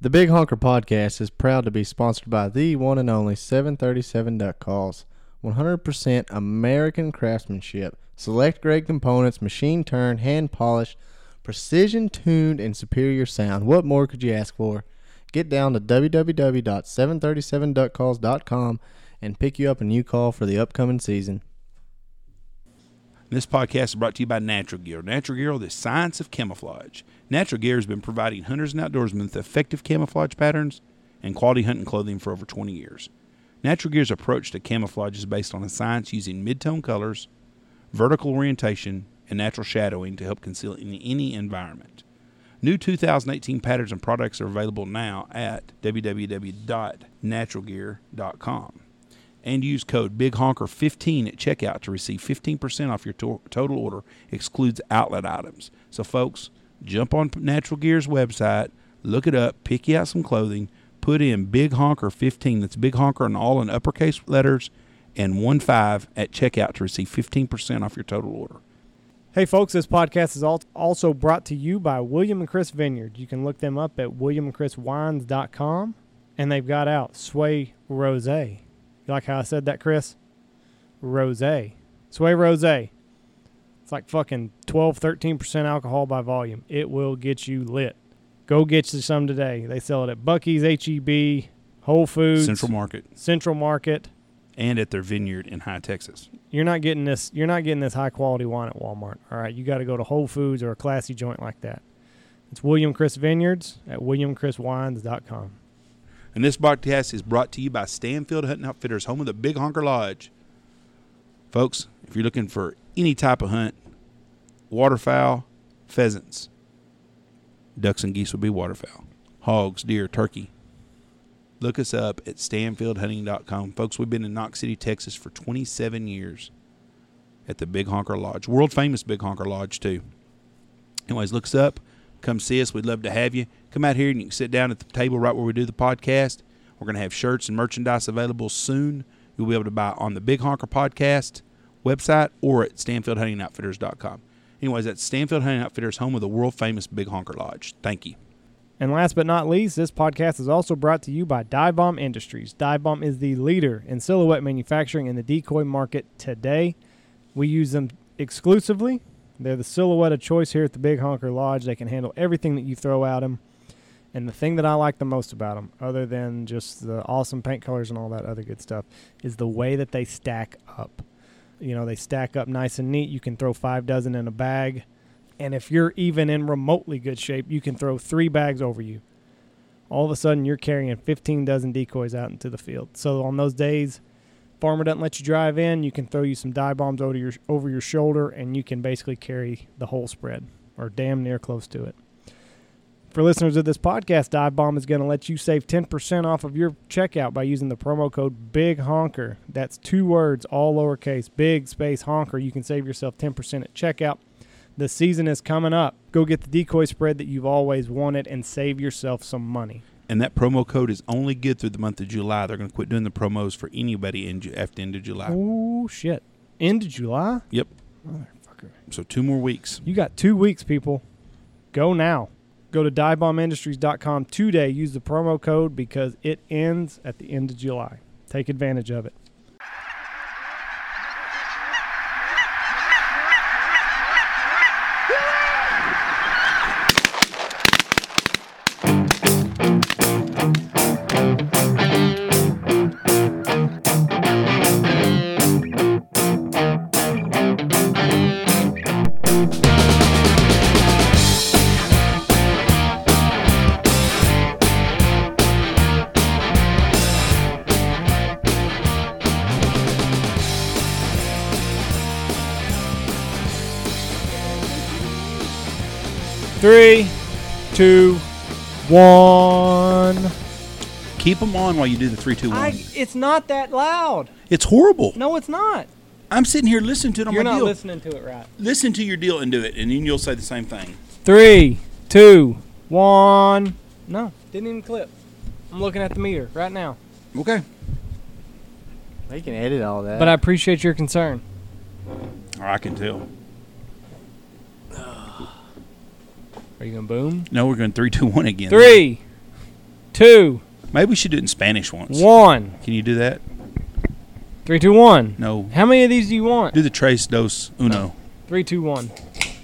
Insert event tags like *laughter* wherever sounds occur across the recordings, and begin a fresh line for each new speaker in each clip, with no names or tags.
The Big Honker Podcast is proud to be sponsored by the one and only 737.calls. 100% American craftsmanship, select grade components, machine turned, hand polished, precision tuned, and superior sound. What more could you ask for? Get down to www.737.calls.com and pick you up a new call for the upcoming season.
This podcast is brought to you by Natural Gear. Natural Gear, the science of camouflage. Natural Gear has been providing hunters and outdoorsmen with effective camouflage patterns and quality hunting clothing for over 20 years. Natural Gear's approach to camouflage is based on a science using mid-tone colors, vertical orientation, and natural shadowing to help conceal in any environment. New 2018 patterns and products are available now at www.naturalgear.com and use code BIGHONKER15 at checkout to receive 15% off your to- total order. Excludes outlet items. So, folks, jump on Natural Gear's website, look it up, pick you out some clothing, put in Big Honker 15. That's Big Honker and all in uppercase letters and one five at checkout to receive 15% off your total order.
Hey, folks, this podcast is al- also brought to you by William and Chris Vineyard. You can look them up at williamandchriswines.com, and they've got out Sway Rose. You like how I said that, Chris? Rose. Sway Rose. It's like fucking 12, 13% alcohol by volume. It will get you lit. Go get you some today. They sell it at Bucky's, HEB, Whole Foods,
Central Market
Central Market.
and at their vineyard in High Texas.
you're not getting this you're not getting this high quality wine at Walmart. All right, you got to go to Whole Foods or a classy joint like that. It's William Chris Vineyards at williamchriswines.com.
And this podcast is brought to you by Stanfield Hunting Outfitters, home of the Big Honker Lodge. Folks, if you're looking for any type of hunt, waterfowl, pheasants, ducks and geese would be waterfowl, hogs, deer, turkey. Look us up at stanfieldhunting.com. Folks, we've been in Knox City, Texas for 27 years at the Big Honker Lodge, world famous Big Honker Lodge, too. Anyways, look us up. Come see us. We'd love to have you. Come out here and you can sit down at the table right where we do the podcast. We're going to have shirts and merchandise available soon. You'll be able to buy on the Big Honker Podcast website or at StanfieldHuntingOutfitters.com. Anyways, that's Stanfield Hunting Outfitters, home of the world famous Big Honker Lodge. Thank you.
And last but not least, this podcast is also brought to you by Dive Bomb Industries. Dive Bomb is the leader in silhouette manufacturing in the decoy market today. We use them exclusively. They're the silhouette of choice here at the Big Honker Lodge. They can handle everything that you throw at them. And the thing that I like the most about them, other than just the awesome paint colors and all that other good stuff, is the way that they stack up. You know, they stack up nice and neat. You can throw five dozen in a bag. And if you're even in remotely good shape, you can throw three bags over you. All of a sudden, you're carrying 15 dozen decoys out into the field. So on those days, farmer doesn't let you drive in, you can throw you some dive bombs over your over your shoulder, and you can basically carry the whole spread or damn near close to it. For listeners of this podcast, Dive Bomb is going to let you save 10% off of your checkout by using the promo code Big Honker. That's two words, all lowercase, big space honker. You can save yourself 10% at checkout. The season is coming up. Go get the decoy spread that you've always wanted and save yourself some money.
And that promo code is only good through the month of July. They're going to quit doing the promos for anybody in, Ju- after the end of July.
Oh shit! End of July.
Yep.
Motherfucker.
So two more weeks.
You got two weeks, people. Go now. Go to divebombindustries.com today. Use the promo code because it ends at the end of July. Take advantage of it. Three, two, one.
Keep them on while you do the three, two, one.
I, it's not that loud.
it's horrible.
No, it's not.
I'm sitting here listening to it on
You're
my
not
deal.
listening to it right.
Listen to your deal and do it, and then you'll say the same thing.
Three, two, one. No, didn't even clip. I'm looking at the meter right now.
Okay.
They can edit all that.
But I appreciate your concern.
Or I can tell.
Are you gonna boom?
No, we're going three, *laughs* two, one again.
Three, two,
Maybe we should do it in Spanish once.
one.
Can you do that?
Three, two, one.
No.
How many of these do you want?
Do the tres dos uno.
Three, two, one.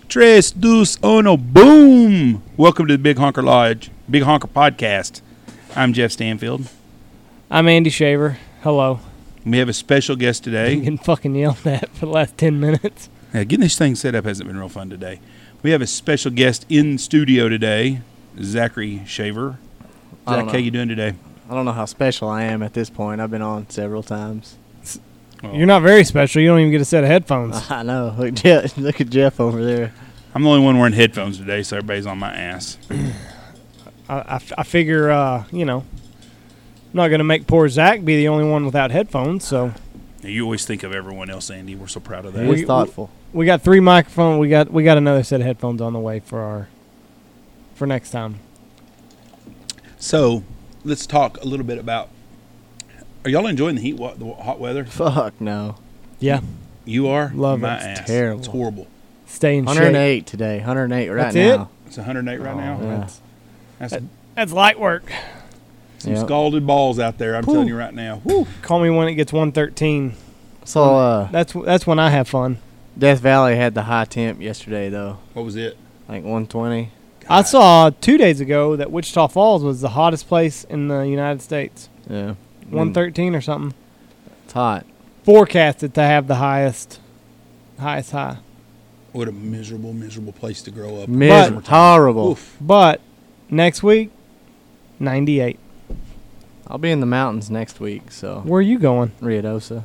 Tres dos uno. Boom! Welcome to the Big Honker Lodge, Big Honker Podcast. I'm Jeff Stanfield.
I'm Andy Shaver. Hello. *laughs*
We have a special guest
Hey.
today.
Getting fucking yelled at for the last ten minutes.
Yeah, getting this thing set up hasn't been real fun today. We have a special guest in studio today, Zachary Shaver.
I don't
Zach,
know.
how you doing today?
I don't know how special I am at this point. I've been on several times. *laughs*
You're not very special. You don't even get a set of headphones.
I know. Look, Jeff, look at Jeff over there.
I'm the only one wearing headphones today, so everybody's on my ass.
I, I f- I figure, uh, you know, I'm not gonna make poor Zach be the only one without headphones. So
You always think of everyone else, Andy. We're so proud of
He
that.
is
We-
thoughtful.
we got three microphones. We got we got another set of headphones on the way for our for next time.
So, let's talk a little bit about. Are y'all enjoying the heat, wa- the hot
*laughs*
weather?
Fuck no.
Yeah,
You are.
Love
my
it.
ass.
It's terrible.
It's horrible.
stay in shape.
108 today. 108 right
That's it?
now.
It's 108 right
Oh,
now.
yeah.
That's,
That's
that's light work.
some
Yeah.
scalded balls out there. I'm
Whew.
telling you right now. Whew.
Call me when it gets 113.
So uh,
That's that's when I have fun.
Death Valley had the high temp yesterday though,
What was it?
like 120.
I saw two days ago that Wichita Falls was the hottest place in the United States.
Yeah. Mm.
113 or something.
It's hot.
Forecasted to have the highest highest high.
What a miserable, miserable place to grow up.
Miserable. Horrible.
Oof.
But next week 98.
I'll be in the mountains next week, so
Where are you going?
Ruidoso.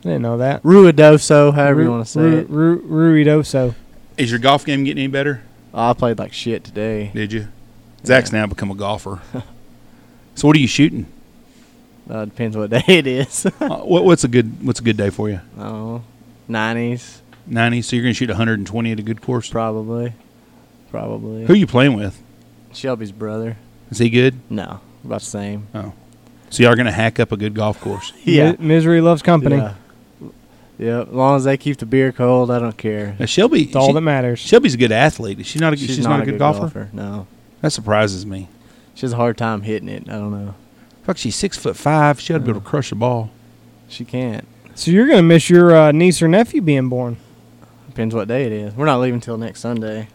I didn't know that.
Ruidoso, however you
Ru-
want to say
Ru-
it.
Ru- Ruidoso.
Is your golf game getting any better?
Oh, I played like shit today.
Did you? Zach's now become a golfer. *laughs* so what are you shooting?
Uh, depends what *laughs* day it is.
Uh, what, what's a good What's a good day for you?
oh, 90s
90. So you're gonna shoot 120 at a good course.
probably, probably.
Who are you playing with?
Shelby's brother.
Is he good?
No, about the same.
Oh, so y'all are gonna hack up a good golf course.
Yeah.
Mi- misery loves company.
Yeah. Yeah, as long as they keep the beer cold, I don't care.
Now, Shelby,
It's all
she-
that matters.
Shelby's a good athlete. Is she not a, she's, not, a good, golfer?
No,
That surprises me.
she has a hard time hitting it. I don't know.
Fuck, she's six foot five. She ought to be able to crush a ball.
She can't.
So you're gonna miss your uh, niece or nephew being born.
Depends what day it is. We're not leaving till next Sunday.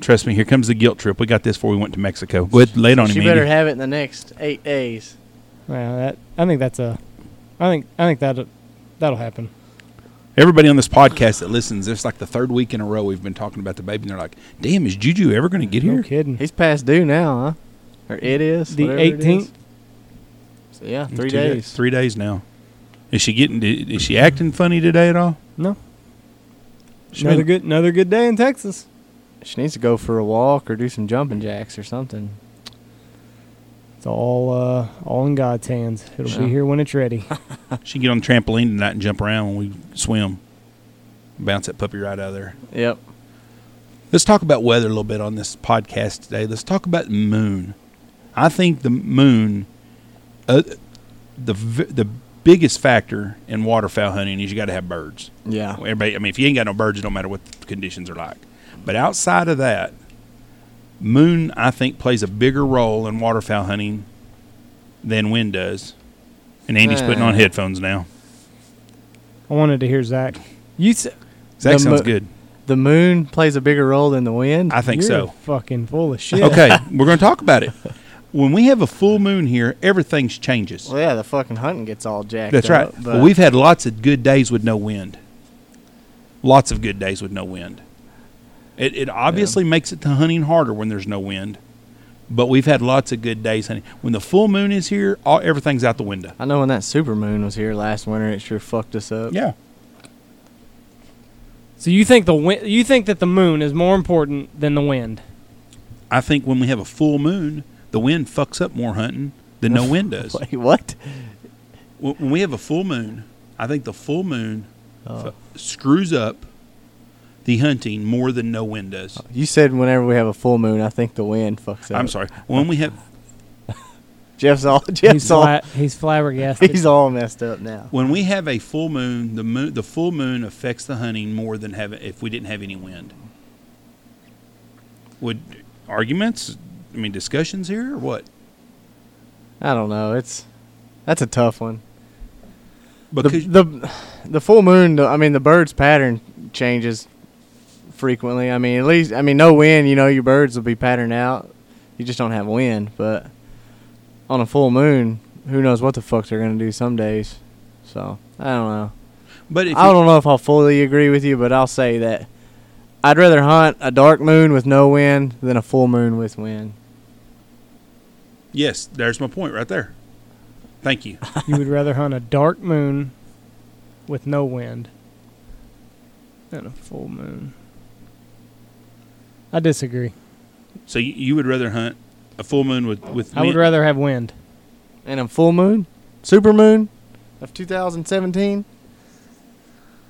Trust me, here comes the guilt trip. We got this before we went to Mexico. Go ahead, lay it on
she
him.
better
Andy.
have it in the next eight days.
Yeah, that I think that's a, I think I think that that'll happen.
Everybody on this podcast that listens, it's like the third week in a row we've been talking about the baby, and they're like, "Damn, is Juju ever going to get
No
here?"
kidding.
He's past due now, huh? Or it is
The
whatever it is.
18th?
So, yeah, three
Two da-
days.
Three days now. Is she getting? Is she acting funny today at all?
No.
She
Another
been-
good another good day in Texas.
She needs to go for a walk or do some jumping jacks or something.
It's all uh, all in God's hands. It'll
Yeah.
be here when it's ready.
She can get on the trampoline tonight and jump around when we swim. Bounce that puppy right out of there.
Yep.
Let's talk about weather a little bit on this podcast today. Let's talk about the moon. I think the moon, uh, the v- the biggest factor in waterfowl hunting is you got to have birds.
Yeah.
Everybody, I mean, if you ain't got no birds, it don't matter what the conditions are like. But outside of that, moon I think plays a bigger role in waterfowl hunting than wind does. And Andy's putting on
Uh.
headphones now.
I wanted to hear Zach. You s-
Zach
The
sounds
mo-
good.
The moon plays a bigger role than the wind.
I think
you're
so.
Fucking full of shit.
Okay,
*laughs*
we're going to talk about it. When we have a full moon here, everything changes.
well, yeah, the fucking hunting gets all jacked
That's right.
up.
Well,
but-
we've had lots of good days with no wind. Lots of good days with no wind. It, it obviously makes it to hunting harder when there's no wind, but we've had lots of good days hunting. When the full moon is here, all, everything's out the window.
I know when that super moon was here last winter, it sure fucked us up. *laughs*
Yeah.
So you think the win- you think that the moon is more important than the wind?
I think when we have a full moon, the wind fucks up more hunting than
*laughs*
no wind does.
Wait, what?
When when we have a full moon, I think the full moon
Oh.
fu- Uh, screws up the hunting more than no wind does.
You said whenever we have a full moon, I think the wind fucks up.
I'm sorry. When we have
Jeff's all Jeff's
he's
all
fla-
*laughs*
he's flabbergasted.
*laughs* he's all messed up now.
When we have a full moon, the moon, the full moon affects the hunting more than have, if we didn't have any wind. Would arguments? I mean, discussions here or what?
I don't know. It's that's a tough one. The,
Because
the the full moon. the- I mean, the bird's pattern changes frequently. I mean, at least I mean, no wind. You know, your birds will be patterned out. You just don't have wind. But on a full moon, who knows what the fuck they're gonna do some days. So I don't know.
but if
I
you,
don't know if I'll fully agree with you, but I'll say that I'd rather hunt a dark moon with no wind than a full moon with wind.
yes, there's my point right there.
*laughs*
Thank you.
you would rather hunt a dark moon with no wind than a full moon. I disagree.
So you, you would rather hunt a full moon with with
I would
wind-
rather have wind.
And a full moon, super moon of
*sighs*
2017.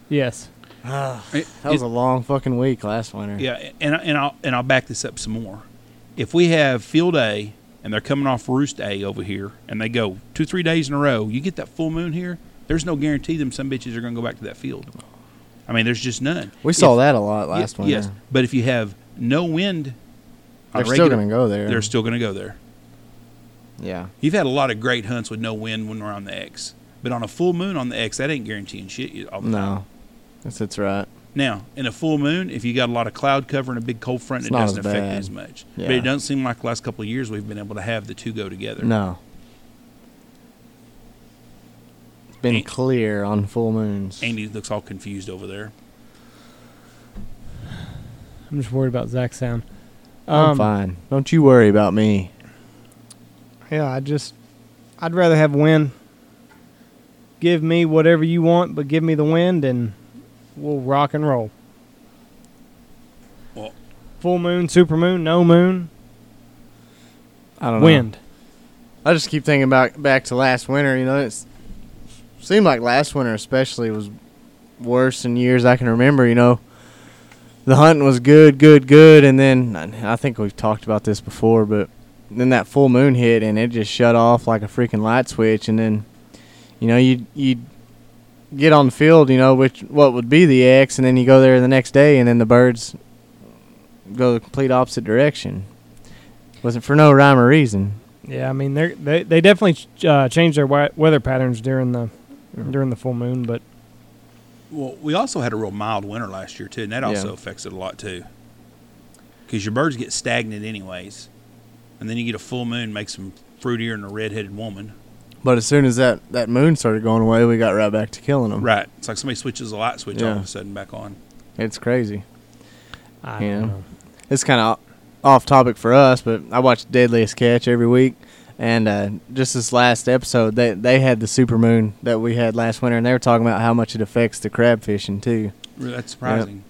Yes.
It-
That was a long fucking week last winter.
Ah. Yeah, and I- and I'll and I'll back this up some more. If we have field A and they're coming off roost A over here, and they go two three days in a row, you get that full moon here. There's no guarantee them some bitches are going to go back to that field. I mean, there's just none.
We saw
If-
that a lot
Ye-
last winter.
Yes, but if you have no wind, on
They're still
regular-
going to go there.
They're still going to go there.
yeah.
You've had a lot of great hunts with no wind when we're on the X, but on a full moon on the X, that ain't guaranteeing shit. All the time.
No. That's, that's right.
Now, in a full moon, if you got a lot of cloud cover and a big cold front,
It's
it
not
doesn't
as
affect
bad.
it as much. But
Yeah.
it doesn't seem like the last couple of years we've been able to have the two go together.
No. It's been
Ain't-
clear on full moons.
Andy looks all confused over there.
I'm just worried about Zach's sound.
I'm
Um,
fine. Don't you worry about me.
Yeah, I just I'd rather have wind. Give me whatever you want, but give me the wind and we'll rock and roll.
Well-
Full moon, super moon, no moon,
I don't know.
wind.
I just keep thinking about back to last winter. You know, it's seemed like last winter especially was worse in years I can remember. You know, the hunting was good, good, good, and then I I think we've talked about this before, but then that full moon hit and it just shut off like a freaking light switch, and then you know you you get on the field, you know, which what would be the X, and then you go there the next day, and then the birds go the complete opposite direction. Wasn't for no rhyme or reason.
Yeah, I mean they they they definitely ch- uh, change their wea- weather patterns during the during the full moon, but
Well, we also had a real mild winter last year, too, and that
Yeah.
also affects it a lot, too. Because your birds get stagnant, anyways. And then you get a full moon, makes them fruitier than a redheaded woman.
But as soon as that, that moon started going away, we got right back to killing them.
Right. It's like somebody switches a light switch all
Oh. Yeah.
of a sudden back on.
It's crazy.
I
Yeah.
don't know.
It's kind of off topic for us, but I watch Deadliest Catch every week, and uh, just this last episode, they they had the super moon that we had last winter, and they were talking about how much it affects the crab fishing too.
Really, That's surprising.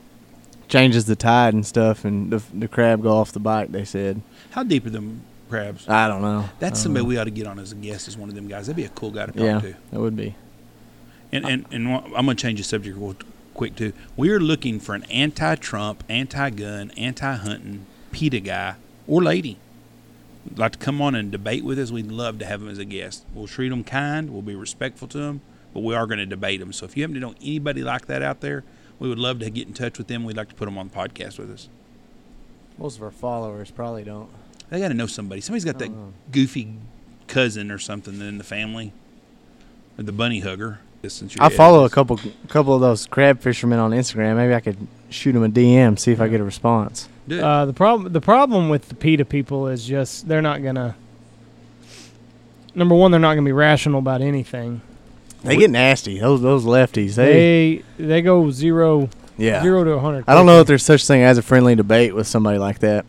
Changes the tide and stuff, and the the crab go off the bite. They said.
How deep are them crabs?
I don't know.
That's
I don't
somebody
know.
we ought to get on as a guest, as one of them guys. That'd be a cool guy to talk
Yeah,
to.
that would be.
And and, and wha- I'm gonna change the subject real quick too. We are looking for an anti-Trump, anti-gun, anti-hunting PETA guy or lady. Would Like to come on and debate with us. We'd love to have them as a guest. We'll treat them kind. We'll be respectful to them, but we are going to debate them. So if you happen to know anybody like that out there, we would love to get in touch with them. We'd like to put them on the podcast with us.
Most of our followers probably don't.
They got to know somebody. Somebody's got that
Oh.
goofy cousin or something in the family, or the bunny hugger. Since you're
I follow a couple couple of those crab fishermen on Instagram. Maybe I could shoot them a DM, see if I get a response.
Do it.
Uh, the problem the problem with the PETA people is just they're not gonna. Number one, they're not gonna be rational about anything.
They get nasty. Those those lefties. They
They they go zero
yeah.
zero to a hundred.
I don't know if
quickly.
there's such thing as a friendly debate with somebody like that.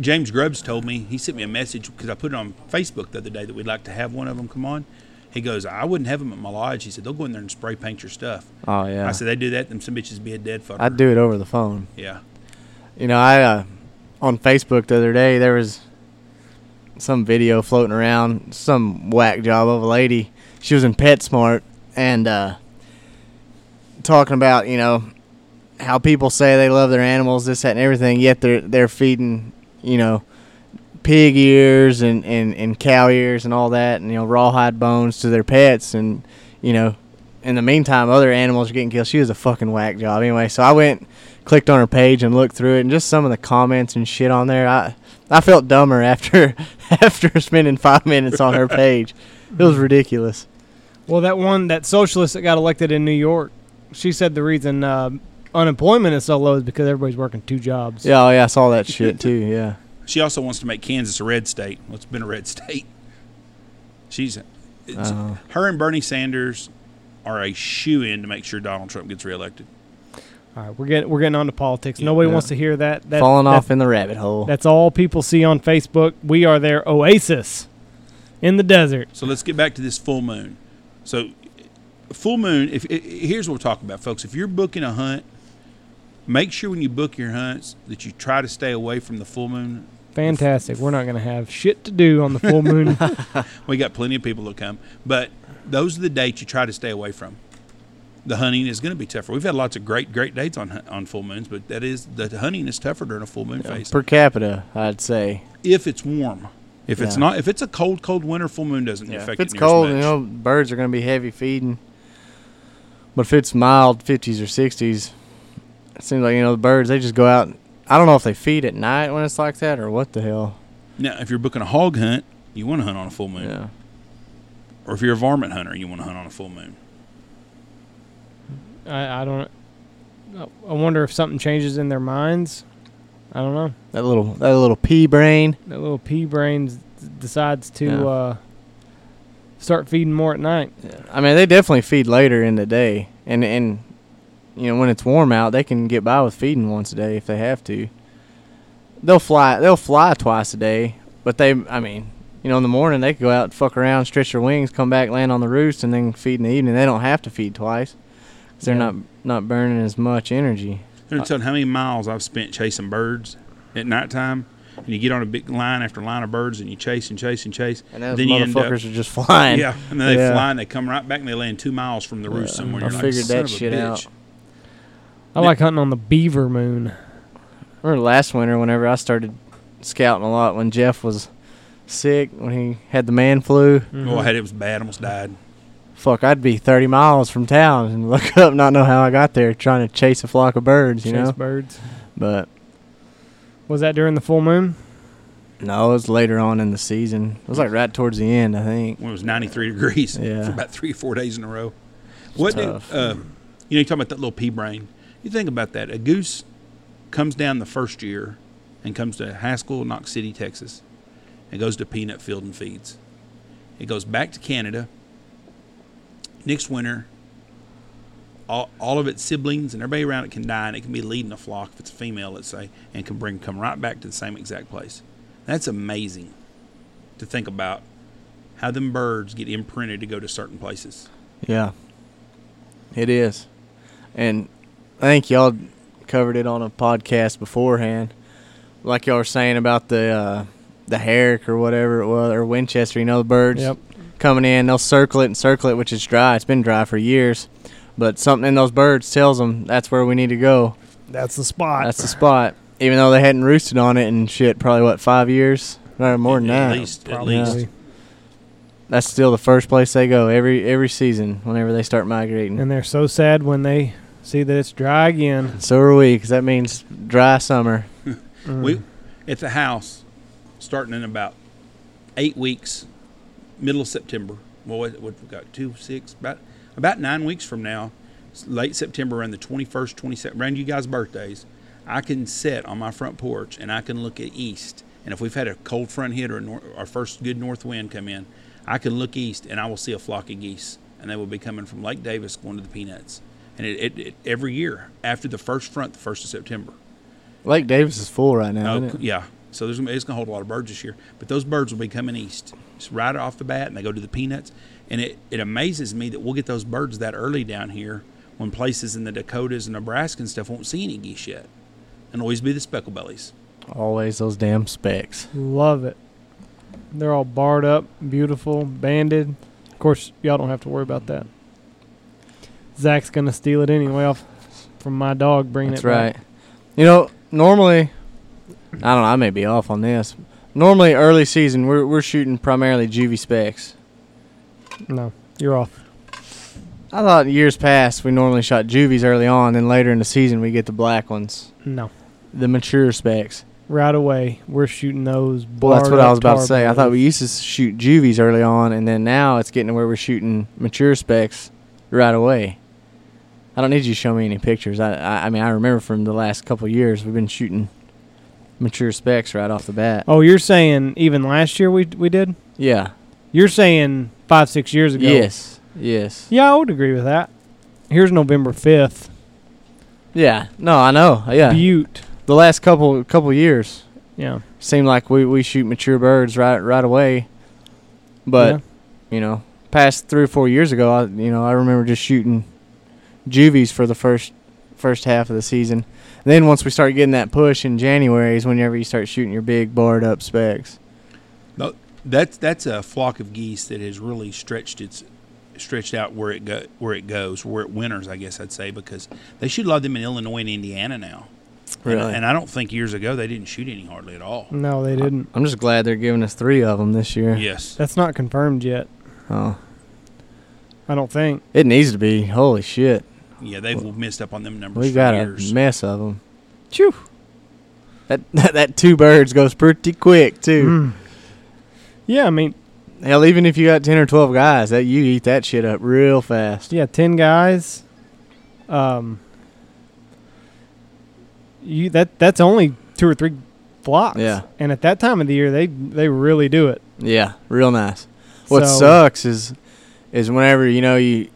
James Grubbs told me he sent me a message because I put it on Facebook the other day that we'd like to have one of them come on. He goes, I wouldn't have them at my lodge. He said they'll go in there and spray paint your stuff.
Oh yeah.
I said they do that, them some bitches be a dead fucker.
I'd do it over the phone.
Yeah,
You know, I uh, on Facebook the other day there was some video floating around, some whack job of a lady. She was in PetSmart and uh, talking about you know how people say they love their animals, this that and everything, yet they're they're feeding you know pig ears and and and cow ears and all that, and you know rawhide bones to their pets, and you know. In the meantime, other animals are getting killed. She was a fucking whack job. Anyway, so I went clicked on her page and looked through it and just some of the comments and shit on there I I felt dumber *laughs* after after spending five minutes on her page. It was ridiculous.
Well, that one, that socialist that got elected in New York, she said the reason uh, unemployment is so low is because everybody's working two jobs.
Yeah, oh yeah, I saw that shit too. Yeah,
She also wants to make Kansas a red state. Well, it's been a red *laughs* state. She's uh, it's-
Uh-huh.
her and Bernie Sanders are a shoe in to make sure Donald Trump gets reelected.
All right, we're getting we're getting on to politics.
Yeah.
Nobody
Yeah.
wants to hear *laughs* that. that
falling
that-
off in the rabbit hole.
That's all people see on Facebook. We are their oasis in the desert.
So let's get back to this full moon. So full moon. If i- i- here's what we're talking about, folks. If you're booking a hunt, make sure when you book your hunts that you try to stay away from the full moon.
Fantastic. We're not going to have shit to do on the
*laughs*
full moon.
We got plenty of people that come, but those are the dates you try to stay away from. The hunting is going to be tougher. We've had lots of great, great dates on hu- on full moons, but that is the hunting is tougher during a full moon phase.
per capita, I'd say.
if it's warm. If it's
Yeah.
not, if it's a cold, cold winter, full moon doesn't
Yeah,
affect
if it's
it near as
cold,
much.
you know, birds are going to be heavy feeding. But if it's mild, 50s or 60s, it seems like, you know, the birds, they just go out. and- I don't know if they feed at night when it's like that or what the hell.
Now, if you're booking a hog hunt, you want to hunt on a full moon,
Yeah.
or if you're a varmint hunter, you want to hunt on a full moon.
I, I don't. I wonder if something changes in their minds. I don't know.
That little that little pea brain.
That little pea brain decides to
Yeah.
uh, start feeding more at night.
I mean, they definitely feed later in the day. And, and you know, when it's warm out, they can get by with feeding once a day if they have to. They'll fly they'll fly twice a day, but they I mean, you know, in the morning they could go out and fuck around, stretch their wings, come back, land on the roost and then feed in the evening. They don't have to feed twice. 'cause they're
Yeah.
not not burning as much energy.
They're telling how many miles I've spent chasing birds at nighttime, and you get on a big line after line of birds, and you chase and chase and chase,
And those
then you end up.
motherfuckers are just flying.
Yeah, and then they
Yeah.
fly and they come right back and they land two miles from the roost
Yeah,
somewhere.
I
You're like,
figured
"Son
that
of a
shit
bitch."
out.
I like hunting on the beaver moon.
remember last winter whenever I started scouting a lot when Jeff was sick, when he had the man flu.
Mm-hmm.
Oh, I had it was bad. Almost died.
Fuck, I'd be 30 miles from town and *laughs* look up, not know how I got there, trying to chase a flock of birds, you
Chase
know?
birds.
But
Was that during the full moon?
no, it was later on in the season. It was like right towards the end, I think.
when it was 93 degrees
Yeah.
*laughs* for about three or four days in a row. What do,
tough.
uh, you know, you talking about that little pea brain. You think about that. A goose comes down the first year and comes to Haskell, Knox City, Texas, and goes to peanut field and feeds. It goes back to Canada. Next winter, all, all of its siblings and everybody around it can die, and it can be leading a flock if it's a female, let's say, and can bring come right back to the same exact place. That's amazing to think about how them birds get imprinted to go to certain places.
Yeah. It is. And I think y'all covered it on a podcast beforehand. Like y'all were saying about the uh, the Herrick or whatever it was, or Winchester, you know, the birds.
Yep.
coming in. They'll circle it and circle it, which is dry. It's been dry for years, but something in those birds tells them that's where we need to go.
That's the spot.
That's the spot. Even though they hadn't roosted on it and shit, probably what five years, no more than
at
that.
least,
Probably.
at least.
Yeah. That's still the first place they go every every season whenever they start migrating.
And they're so sad when they see that it's dry again.
so are we, 'cause that means dry summer.
Mm.
We at the house, starting in about eight weeks, middle of September. Well, what, what we got two, six, about about nine weeks from now, s- late September, around the twenty first, twenty second, around you guys' birthdays, I can sit on my front porch and I can look at east. And if we've had a cold front hit or a nor- our first good north wind come in, I can look east and I will see a flock of geese, and they will be coming from Lake Davis going to the Peanuts. And it, it, it every year after the first front, the first of September.
Lake Davis is full right now.
Oh,
isn't it?
yeah. So there's gonna, it's going to hold a lot of birds this year, but those birds will be coming east just right off the bat, and they go to the peanuts. And it, it amazes me that we'll get those birds that early down here when places in the Dakotas and Nebraska and stuff won't see any geese yet, and always be the speckle bellies.
Always those damn specks.
Love it. They're all barred up, beautiful, banded. Of course, y'all don't have to worry about that. Zach's gonna steal it anyway off from my dog. Bringing
That's
it
right.
back.
You know, normally, I don't know. I may be off on this. Normally, early season, we're we're shooting primarily juvie specs.
No, you're off.
I thought years past we normally shot juvies early on, then later in the season we get the black ones,
No,
the mature specs.
right away. We're shooting those.
Well, that's
barred
what I
up
was about to
tar
say. I thought
barrels.
we used to shoot juvies early on, and then now it's getting to where we're shooting mature specs right away. I don't need you to show me any pictures. I, I, I mean, I remember from the last couple of years we've been shooting mature specs right off the bat.
Oh, you're saying even last year we we did?
Yeah.
You're saying five six years ago?
Yes. Yes.
Yeah, I would agree with that. Here's November fifth.
Yeah. No, I know. Yeah.
Butte.
the last couple couple years
Yeah.
seem like we, we shoot mature birds right right away, but
yeah.
you know, past three or four years ago, I, you know, I remember just shooting juvies for the first first half of the season. And then once we start getting that push in January is whenever you start shooting your big barred up specs.
That's that's a flock of geese that has really stretched its stretched out where it go where it goes where it winters. I guess I'd say because they shoot a lot of them in Illinois and Indiana now. And-
Really?
And, I don't think years ago they didn't shoot any hardly at all.
No, they didn't.
I'm just glad they're giving us three of them this year.
Yes.
That's not confirmed yet.
Oh,
I don't think.
it needs to be. Holy shit,
Yeah, they've missed up on them numbers
we
for
got
years.
a mess of them.
Phew.
That *laughs* that two birds goes pretty quick too.
Mm. Yeah, I mean,
Mm.
Hell, even if you got ten or twelve guys, that you eat that shit up real fast.
yeah, ten guys. Um. You that that's only two or three flocks.
Yeah.
And at that time of the year, they they really do it.
Yeah, real nice. What
So-
sucks is is whenever you know you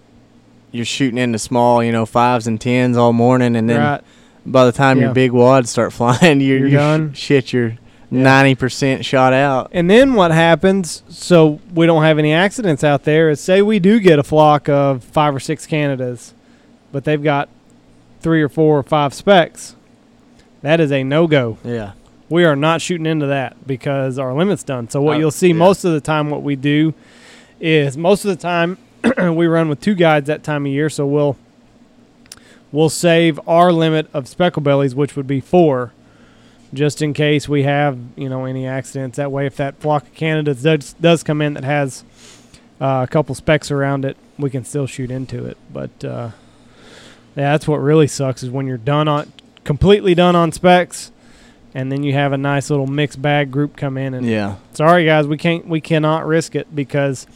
you're shooting into small, you know, fives and tens all morning, and then
right.
by the time
Yeah.
your big wads start *laughs* flying, you're,
You're
you're,
done.
sh- shit, you're ninety percent shot out.
And then what happens, so we don't have any accidents out there, is say we do get a flock of five or six Canadas, but they've got three or four or five specs. That is a no go.
Yeah,
We are not shooting into that because our limit's done. So, what
Uh,
you'll see
yeah.
most of the time, what we do is most of the time *clears throat* we run with two guides that time of year. So, we'll. We'll save our limit of speckle bellies, which would be four, just in case we have you know any accidents. That way, if that flock of Canada does, does come in that has uh, a couple specks around it, we can still shoot into it. But uh, yeah, that's what really sucks is when you're done on completely done on specs, and then you have a nice little mixed bag group come in and
yeah,
sorry guys, we can't we cannot risk it because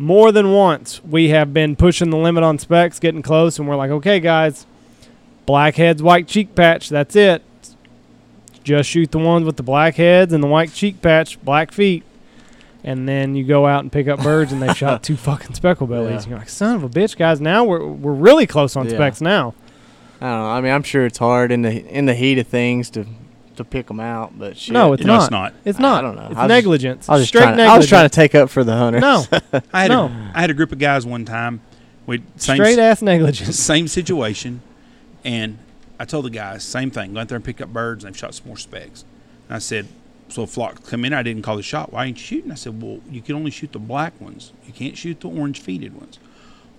more than once we have been pushing the limit on specs, getting close, and we're like, okay guys, blackheads, white cheek patch, that's it. Just shoot the ones with the blackheads and the white cheek patch, black feet. And then you go out and pick up
*laughs*
birds, and they shot two fucking speckle bellies.
Yeah.
And you're like, son of a bitch, guys. Now we're we're really close on
Yeah.
specs now.
I don't know. I mean, I'm sure it's hard in the in the heat of things to to pick them out, but shit.
No, it's
no,
not.
it's not.
It's
I
not.
don't know. I was
It's
just-
negligence.
I was just
Straight
trying. To,
negligence.
I was trying to take up for the hunters.
No,
*laughs*
I had
No.
a, I had a group of guys one time with same
straight ass
*laughs*
negligence.
same situation, and I told the guys same thing. Go out there and pick up birds, and they've shot some more specks. And I said, so flock come in. I didn't call the shot. Why ain't you shooting? I said, well, you can only shoot the black ones. You can't shoot the orange feeded ones.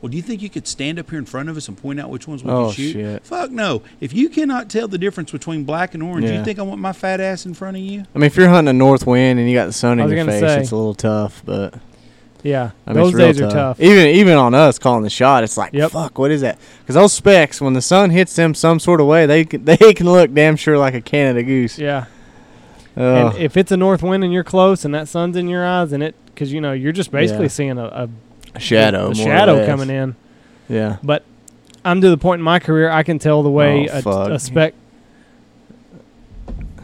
Well, do you think you could stand up here in front of us and point out which ones we
Oh,
can shoot?
shit.
Fuck no. If you cannot tell the difference between black and orange,
Yeah.
you think I want my fat ass in front of you?
I mean, if you're hunting a north wind and you got the sun
I
in
was
your
gonna
face,
say.
it's a little tough, but.
Yeah,
*laughs* I mean,
those
it's real
days are tough.
Even even on us calling the shot, it's like
Yep.
fuck. What is that? Because those specks, when the sun hits them some sort of way, they c- *laughs* they can look damn sure like a Canada goose. Oh,
Yeah,
Ugh.
and if it's a north wind and you're close and that sun's in your eyes and it, because you know you're just basically
Yeah.
seeing a, a
a shadow,
a
more or
shadow
less.
coming in.
Yeah,
But I'm to the point in my career I can tell the way
Oh,
a-
fuck.
a, spec.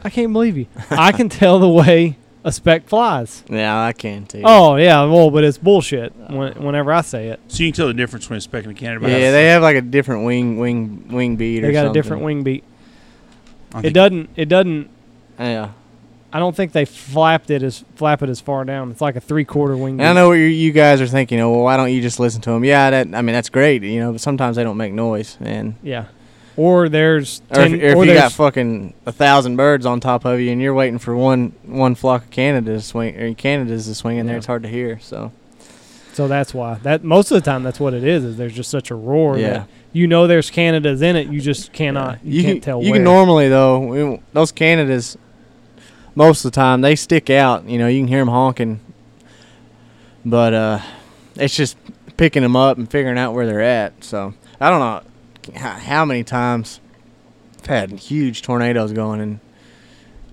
I can't
*laughs*
believe you. I can tell the way a spec flies.
yeah, I can too.
Oh yeah, well, but it's bullshit. When, whenever I say it,
So you can tell the difference between a speck and a Canada.
yeah, they have like a different wing wing wing beat.
they
or
got
something.
a different wing beat.
I
It
think-
doesn't. It doesn't.
Yeah,
I don't think they flapped it as flap it as far down. It's like a three quarter wing.
and
beat.
I know what you, you guys are thinking. Oh, well, why don't you just listen to them? Yeah, that I mean that's great, you know. But sometimes they don't make noise, and
Yeah. Or there's
or if,
ten,
or if you
there's,
got fucking a thousand birds on top of you, and you're waiting for one one flock of Canada's to swing or Canada's to swing in there,
Yeah.
it's hard to hear. So
so that's why that most of the time that's what it is. Is there's just such a roar
yeah.
that you know there's Canada's in it. You just cannot. You, can't
can,
tell.
You
where.
can normally though we, those Canadas, most of the time they stick out. You know you can hear them honking, but uh, it's just picking them up and figuring out where they're at. So I don't know h- how many times I've had huge tornadoes going and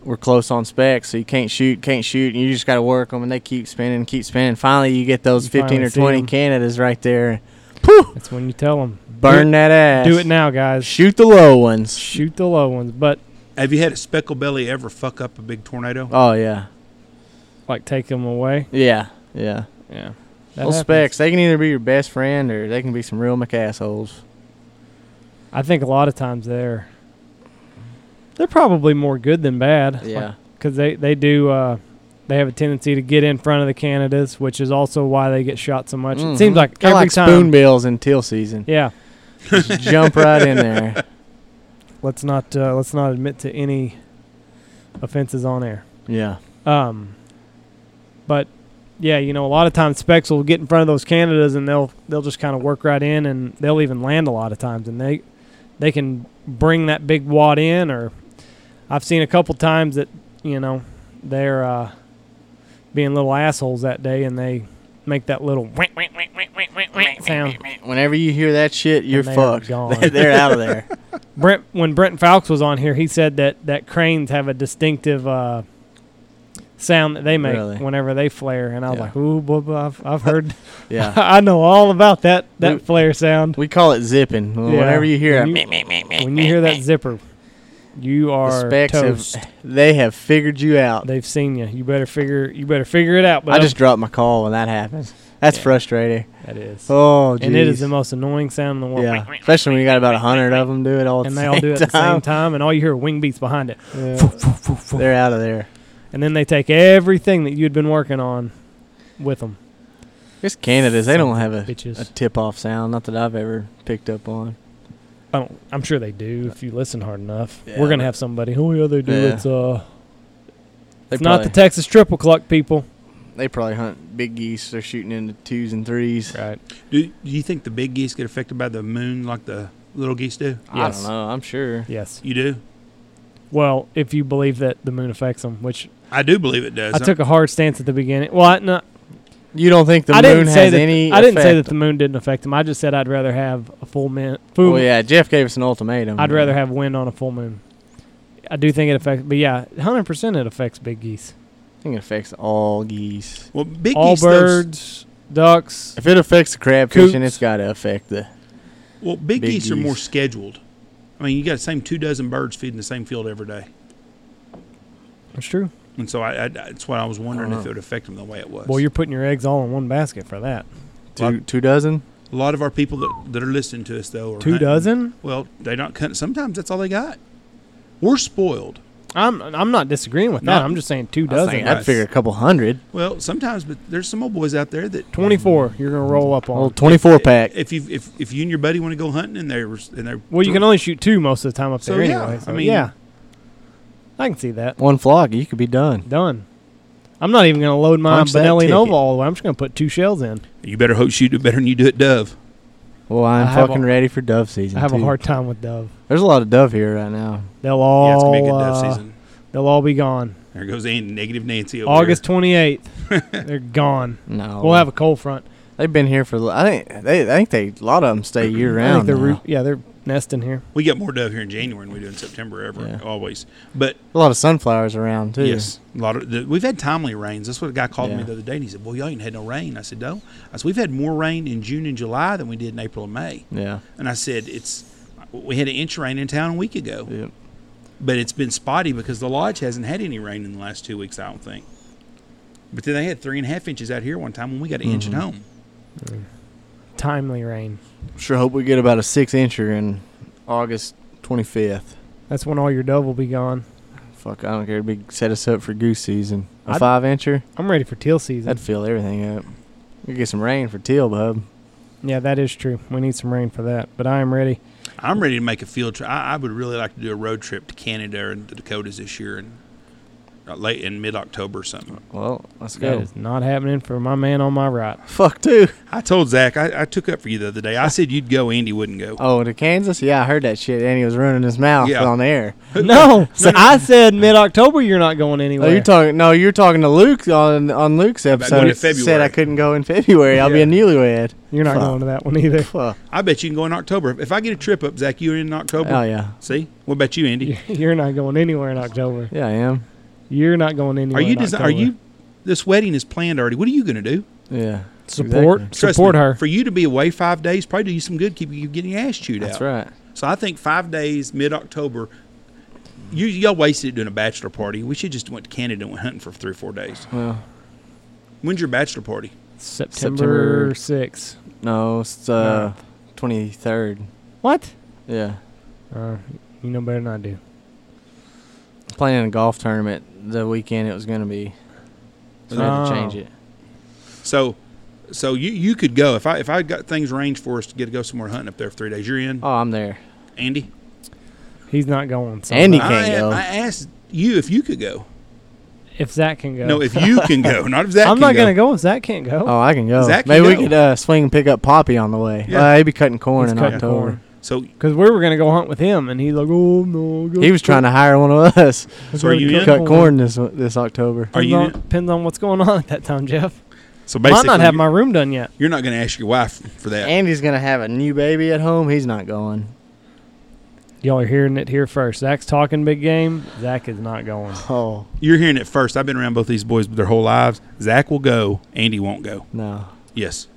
we're close on specs, so you can't shoot, can't shoot, and you just got to work them, and they keep spinning, keep spinning. Finally, you get those
You
15
finally
or
see
20
them.
Canadas right there.
That's when you tell them.
Burn that ass.
Do it now, guys.
Shoot the low ones.
Shoot the low ones, but
Have you had a speckle belly ever fuck up a big tornado?
Oh yeah,
like take them away.
yeah, yeah.
Yeah. That
Those
happens.
specs, they can either be your best friend or they can be some real McAssholes.
I think a lot of times they're they're probably more good than bad.
Yeah,
because they they do uh, they have a tendency to get in front of the Canadas, which is also why they get shot so much. It seems like
kind
every
of Mm-hmm. like
time.
spoonbills in teal
*laughs*
season.
Yeah,
Just jump right in there.
let's not uh, let's not admit to any offenses on air. *laughs*
Yeah,
Um, but yeah, you know, a lot of times Specs will get in front of those Canadas and they'll they'll just kind of work right in and they'll even land a lot of times and they they can bring that big wad in or I've seen a couple times that you know they're uh, being little assholes that day and they make that little wink, wink, wink, wink, wink, wink, wink sound.
whenever you hear that shit, you're
and they are
fucked. *laughs*
gone.
They're out of
*laughs*
there.
Brent when Brent Falks was on here, he said that that cranes have a distinctive uh, sound that they make
Really?
whenever they flare, and I was
Yeah.
like, "Ooh, blah, blah, I've,
*laughs*
I've heard, *laughs*
Yeah.
I know all about that that
We-
flare sound."
We call it zipping.
Yeah.
Whenever you hear a
when you, when you hear that zipper, you
the
are
specs
toast.
have they have figured you out.
They've seen you. You better figure you better figure it out. But
I just dropped my call when that happens. That's
Yeah.
frustrating.
that is,
Oh, geez.
and it is the most annoying sound in the world.
yeah, especially when you got about a hundred of them do it all at
And
the
they all do it at the same
same
time, and all you hear are wing beats behind it.
time. Yeah. They're out of there.
And then they take everything that you'd been working on with them.
It's Canada's. They don't have a,
bitches.
a *laughs* tip-off sound. Not that I've ever picked up on.
I don't, I'm sure they do if you listen hard enough.
Yeah,
We're gonna
but-
have somebody. Oh yeah, they do.
Yeah.
It's uh,
They
it's not the
probably-
Texas triple cluck people.
they probably hunt big geese. They're shooting into twos and threes.
Right.
Do, do you think the big geese get affected by the moon like the little geese do?
I
Yes.
don't know. I'm sure.
Yes.
You do?
Well, if you believe that the moon affects them, which
I do believe it does.
I took a hard stance at the beginning. Well, I, no,
You don't think the
I
moon
didn't say
has
that.
any?
I didn't say that
effect?
the moon didn't affect them. I just said I'd rather have a full moon. Full,
Well, Oh, yeah. Jeff gave us an ultimatum.
I'd rather have wind on a full moon. I do think it affects, but yeah, hundred percent it affects big geese,
I think it affects all geese.
well, big
all
geese, though, s-
birds, ducks.
If it affects the crab fishing,
Coots.
it's got to affect the.
Well, big,
Big
geese, are more
geese.
scheduled. I mean, you got the same two dozen birds feeding the same field every day,
That's true.
and so I, I that's why I was wondering if
Uh-huh.
it would affect them the way it was.
Well, you're putting your eggs all in one basket for that.
Two, two dozen?
a lot of our people that, that are listening to us though are
Two
hunting.
dozen.
Well, they don't cut. Sometimes that's all they got. We're spoiled.
I'm I'm not disagreeing with
No.
that. I'm just saying two
I was
dozen.
thinking,
right.
I'd figure a couple hundred.
Well, sometimes, but there's some old boys out there that
Twenty four.
Mm-hmm.
You're gonna roll up
Well,
on.
24 pack.
if you if, if you and your buddy want to go hunting and they're and they're
Well, you can only shoot two most of the time up
So,
there
yeah,
anyway.
I
So,
mean-
yeah, I can see that.
One flock, you could be done.
Done. I'm not even gonna load my
Punch that
Benelli
ticket.
Nova all the way. I'm just gonna put two shells in.
you better hope she do better than you do at Dove.
Well,
I
I'm
have
fucking
a-
ready for dove season.
I have a
too.
hard time with dove.
There's a lot of dove here right now.
They'll all
yeah, it's gonna be a good Dove
uh,
season.
they'll all be gone.
There goes Andy, negative Nancy. Over
August
*laughs*
28th, they're gone.
No,
Oh,
We'll have a cold front.
They've been here for. the- I think they. I think they. A lot of them stay year
I think
round.
they're
now.
roo- yeah they're nesting here.
here. we get more Dove here in January than we do in September ever
Yeah.
always. But
a lot of sunflowers around too.
Yes, a lot of the, we've had timely rains. That's what a guy called me
Yeah.
the other day, and he said, "Well, y'all ain't had no rain." I said, "No." I said, "We've had more rain in June and July than we did in April and May."
Yeah.
And I said, "It's we had an inch of rain in town a week ago,
Yep.
but it's been spotty because the lodge hasn't had any rain in the last two weeks. I don't think." But then they had three and a half inches out here one time when we got an inch at
Mhm.
home.
Timely rain.
Sure. Hope we get about a six incher in August 25th.
That's when all your dove will be gone.
Fuck, I don't care. It'd be set us up for goose season. A
I'd-
five incher,
I'm ready for teal season.
that'd fill everything up. We get some rain for teal, bub.
yeah, that is true. We need some rain for that, but I am ready.
I'm ready to make a field trip. I, I would really like to do a road trip to Canada and the Dakotas this year, and uh, late in mid October or something.
Well, let's
That
go.
is not happening for my man on my right.
Fuck too.
I told Zach I, I took up for you the other day. I said you'd go, Andy wouldn't go.
Oh, to Kansas? Yeah, I heard that shit. And he was running his mouth
Yeah.
on air.
No, so I said mid October you're not going
No,
anywhere.
Oh, you're talking. No, you're talking to Luke on on Luke's
going
episode.
in
It Said
February.
I couldn't go in February. I'll be
Yeah.
a newlywed.
You're not
Fuck.
going to that one
*laughs*
either.
Fuck.
I bet you can go in October. If I get a trip up, Zach, you're in October.
Oh yeah,
*laughs*
See? What about you, Andy?
You're not going anywhere in October.
yeah I am.
You're not going anywhere.
Are you?
in
Desi- are
October.
you? This wedding is planned already. What are you going to do?
Yeah.
support
Exactly.
Trust
support
me,
her?
For you to be away five days, probably do you some good. Keep you getting your ass chewed
That's
out.
right.
So I think five days mid October. You y'all wasted it doing a bachelor party. We should just went to Canada and went hunting for three or four days.
Well,
When's your bachelor party?
September
September-
sixth.
no, it's uh, 23rd.
What?
Yeah.
Uh, you know better than I do.
Playing a golf tournament the weekend it was going to be. So I had to change
Oh.
it.
So, so you you could go if I if I got things arranged for us to get to go somewhere hunting up there for three days. You're in,
Uh,
Oh, I'm there.
Andy.
He's not going. So
Andy- You
I-
I,
can't go.
I asked you if you could go.
if Zach can go,
No, if you can
*laughs*
go, not if Zach.
I'm
can
not gonna go if Zach can't go.
Oh, I can go.
Zach can
Maybe we
go.
could uh, swing and pick up Poppy on the way.
Yeah.
Uh, he'd be cutting corn
He's
in
cutting
October.
corn.
So,
Because we were gonna go hunt with him, and he's like, "Oh no." Go
He was trying to hire one of
*laughs*
us
So are you in?
cut corn this this October.
Are
Depends
you
on,
in?
depends on what's going on at that time, Jeff.
so
Might
basically,
not have
you-
my room done yet.
you're not gonna ask your wife for that.
Andy's gonna have a new baby at home. He's not going.
Y'all are hearing it here first. Zach's talking big game. Zach is not going.
Oh
You're hearing it first. I've been around both these boys their whole lives. Zach will go. Andy won't go.
no,
Yes.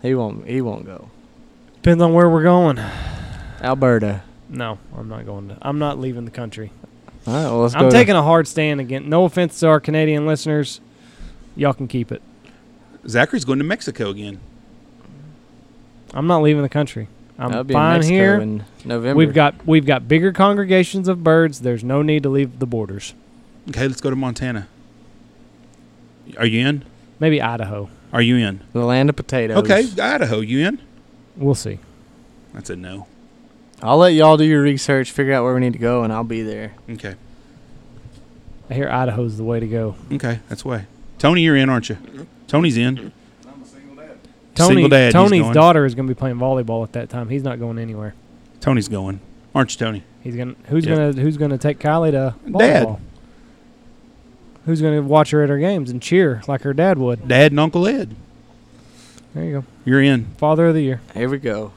he won't. He won't go.
Depends on where we're going.
Alberta.
No, I'm not going to. I'm not leaving the country.
All right, well, let's go.
I'm
to-
taking a hard stand again. No offense to our Canadian listeners. Y'all can keep it.
Zachary's going to Mexico again.
I'm not leaving the country.
I'll
I'm
be in
fine
Mexico
here.
in November.
We've got we've got bigger congregations of birds. There's no need to leave the borders.
Okay, let's go to Montana. Are you in?
Maybe Idaho.
Are you in?
the land of potatoes.
Okay, Idaho. You in?
We'll see.
That's a no.
I'll let y'all do your research, figure out where we need to go, and I'll be there.
Okay.
I hear Idaho's the way to go.
Okay, that's why. Tony, you're in, aren't you? Tony's in.
Tony,
Single dad, he's
Tony's
going.
daughter is going to be playing volleyball at that time. He's not going anywhere.
Tony's going. Aren't you, Tony?
He's gonna. Who's
Yeah.
gonna? Who's gonna take Kylie to volleyball?
Dad.
Who's gonna watch her at her games and cheer like her dad would?
Dad and Uncle Ed.
There you go.
You're in.
Father of the year.
Here we go.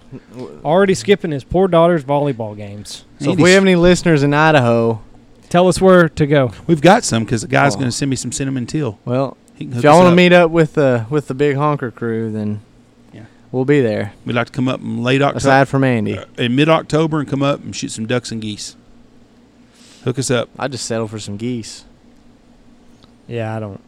Already skipping his poor daughter's volleyball games.
So if
Andy's-
we have any listeners in Idaho,
Tell us where to go.
We've got some because the guy's
Oh.
going to send me some cinnamon teal.
well,
He can
if
hook
y'all
us
want to
up.
meet up with the with the big honker crew, then
Yeah.
we'll be there.
We'd like to come up in late October.
Aside from Andy,
uh, in mid October and come up and shoot some ducks and geese. Hook us up.
I just settle for some geese.
Yeah, I don't.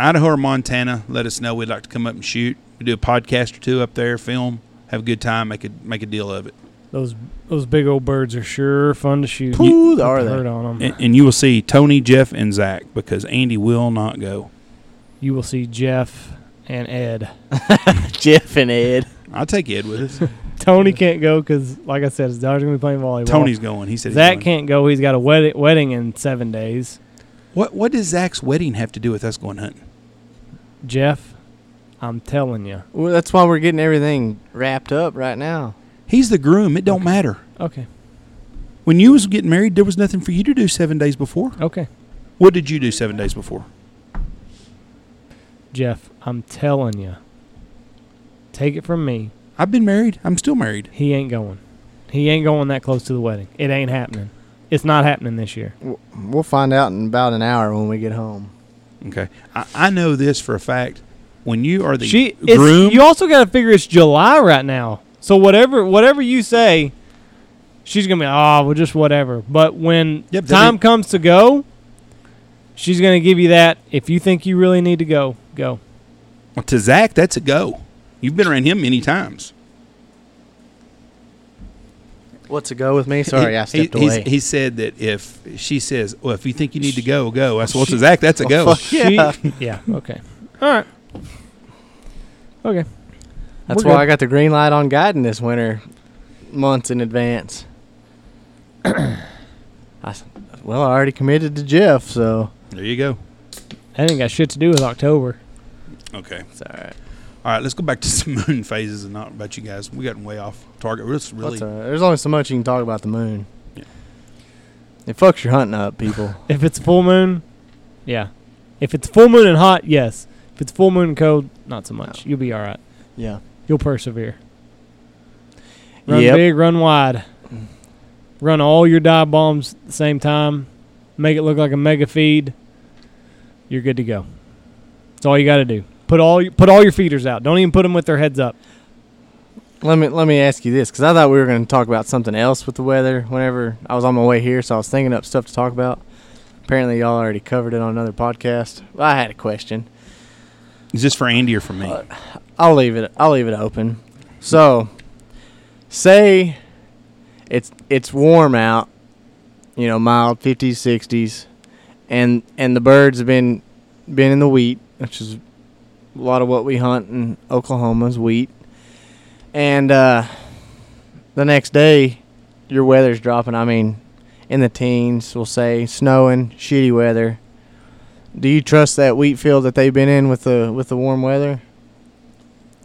Idaho or Montana, let us know. We'd like to come up and shoot. We do a podcast or two up there, film, have a good time, make a make a deal of it.
Those those big old birds are sure fun to shoot.
Pooh,
Put
are
the
they?
hurt on 'em.
And, and you will see Tony, Jeff, and Zach because Andy will not go.
You will see Jeff and Ed.
*laughs* Jeff and Ed.
I'll take Ed with us.
Tony can't go because, like I said, his daughter's gonna be playing volleyball.
Tony's going. He said he's
Zach
going.
can't go. He's got a wedding wedding in seven days.
What what does Zach's wedding have to do with us going hunting?
Jeff, I'm telling you.
Well, that's why we're getting everything wrapped up right now.
He's the groom. It don't matter.
Okay.
When you was getting married, there was nothing for you to do seven days before.
Okay.
What did you do seven days before?
Jeff, I'm telling you. Take it from me.
I've been married. I'm still married.
He ain't going. He ain't going that close to the wedding. It ain't happening. It's not happening this year.
W- We'll find out in about an hour when we get home.
Okay. I, I know this for a fact. When you are the
She it's,
groom,
you also got to figure it's July right now. So whatever whatever you say, she's going to be, "Oh, well just whatever." But when
Yep, that'd
time
be-
comes to go, she's going to give you that if you think you really need to go,
*laughs*
go.
Well, to Zach, that's a go. You've been around him many times.
What's a go with me? *laughs* Sorry, I
He-
stepped
he- he's-
away.
He said that if she says, "Well, if you think you need to go, go," I said, "Well, to Zach, that's a go."
Well, fuck yeah.
She, yeah, okay. All right. Okay.
That's
we're
why
good.
I got the green light on guiding this winter, months in advance. I, s- well, I already committed to Jeff, so
There you go.
That ain't got shit to do with October.
Okay.
it's all right.
All right. Let's go back to *laughs* some moon phases and not about you guys. We gotten way off target. We're just really.
That's all right. There's only so much you can talk about the moon.
Yeah.
It fucks your hunting up, people.
If it's full moon, yeah. If it's full moon and hot, yes. If it's full moon and cold, not so much. You'll be all right.
yeah.
You'll persevere. Run
Yep.
big, run wide. Run all your dive bombs at the same time. Make it look like a mega feed. you're good to go. That's all you got to do. Put all your- put all your feeders out. Don't even put them with their heads up.
Let me let me ask you this, because I thought we were going to talk about something else with the weather. Whenever I was on my way here, so I was thinking up stuff to talk about. Apparently, y'all already covered it on another podcast. I had a question.
Is this for Andy or for me?
Uh, I'll leave it. I'll leave it open. So, say it's it's warm out, you know, mild 50s, 60s, and and the birds have been been in the wheat, which is a lot of what we hunt in Oklahoma's wheat. And uh, the next day, your weather's dropping. I mean, in the teens, we'll say snowing, shitty weather. Do you trust that wheat field that they've been in with the with the warm weather?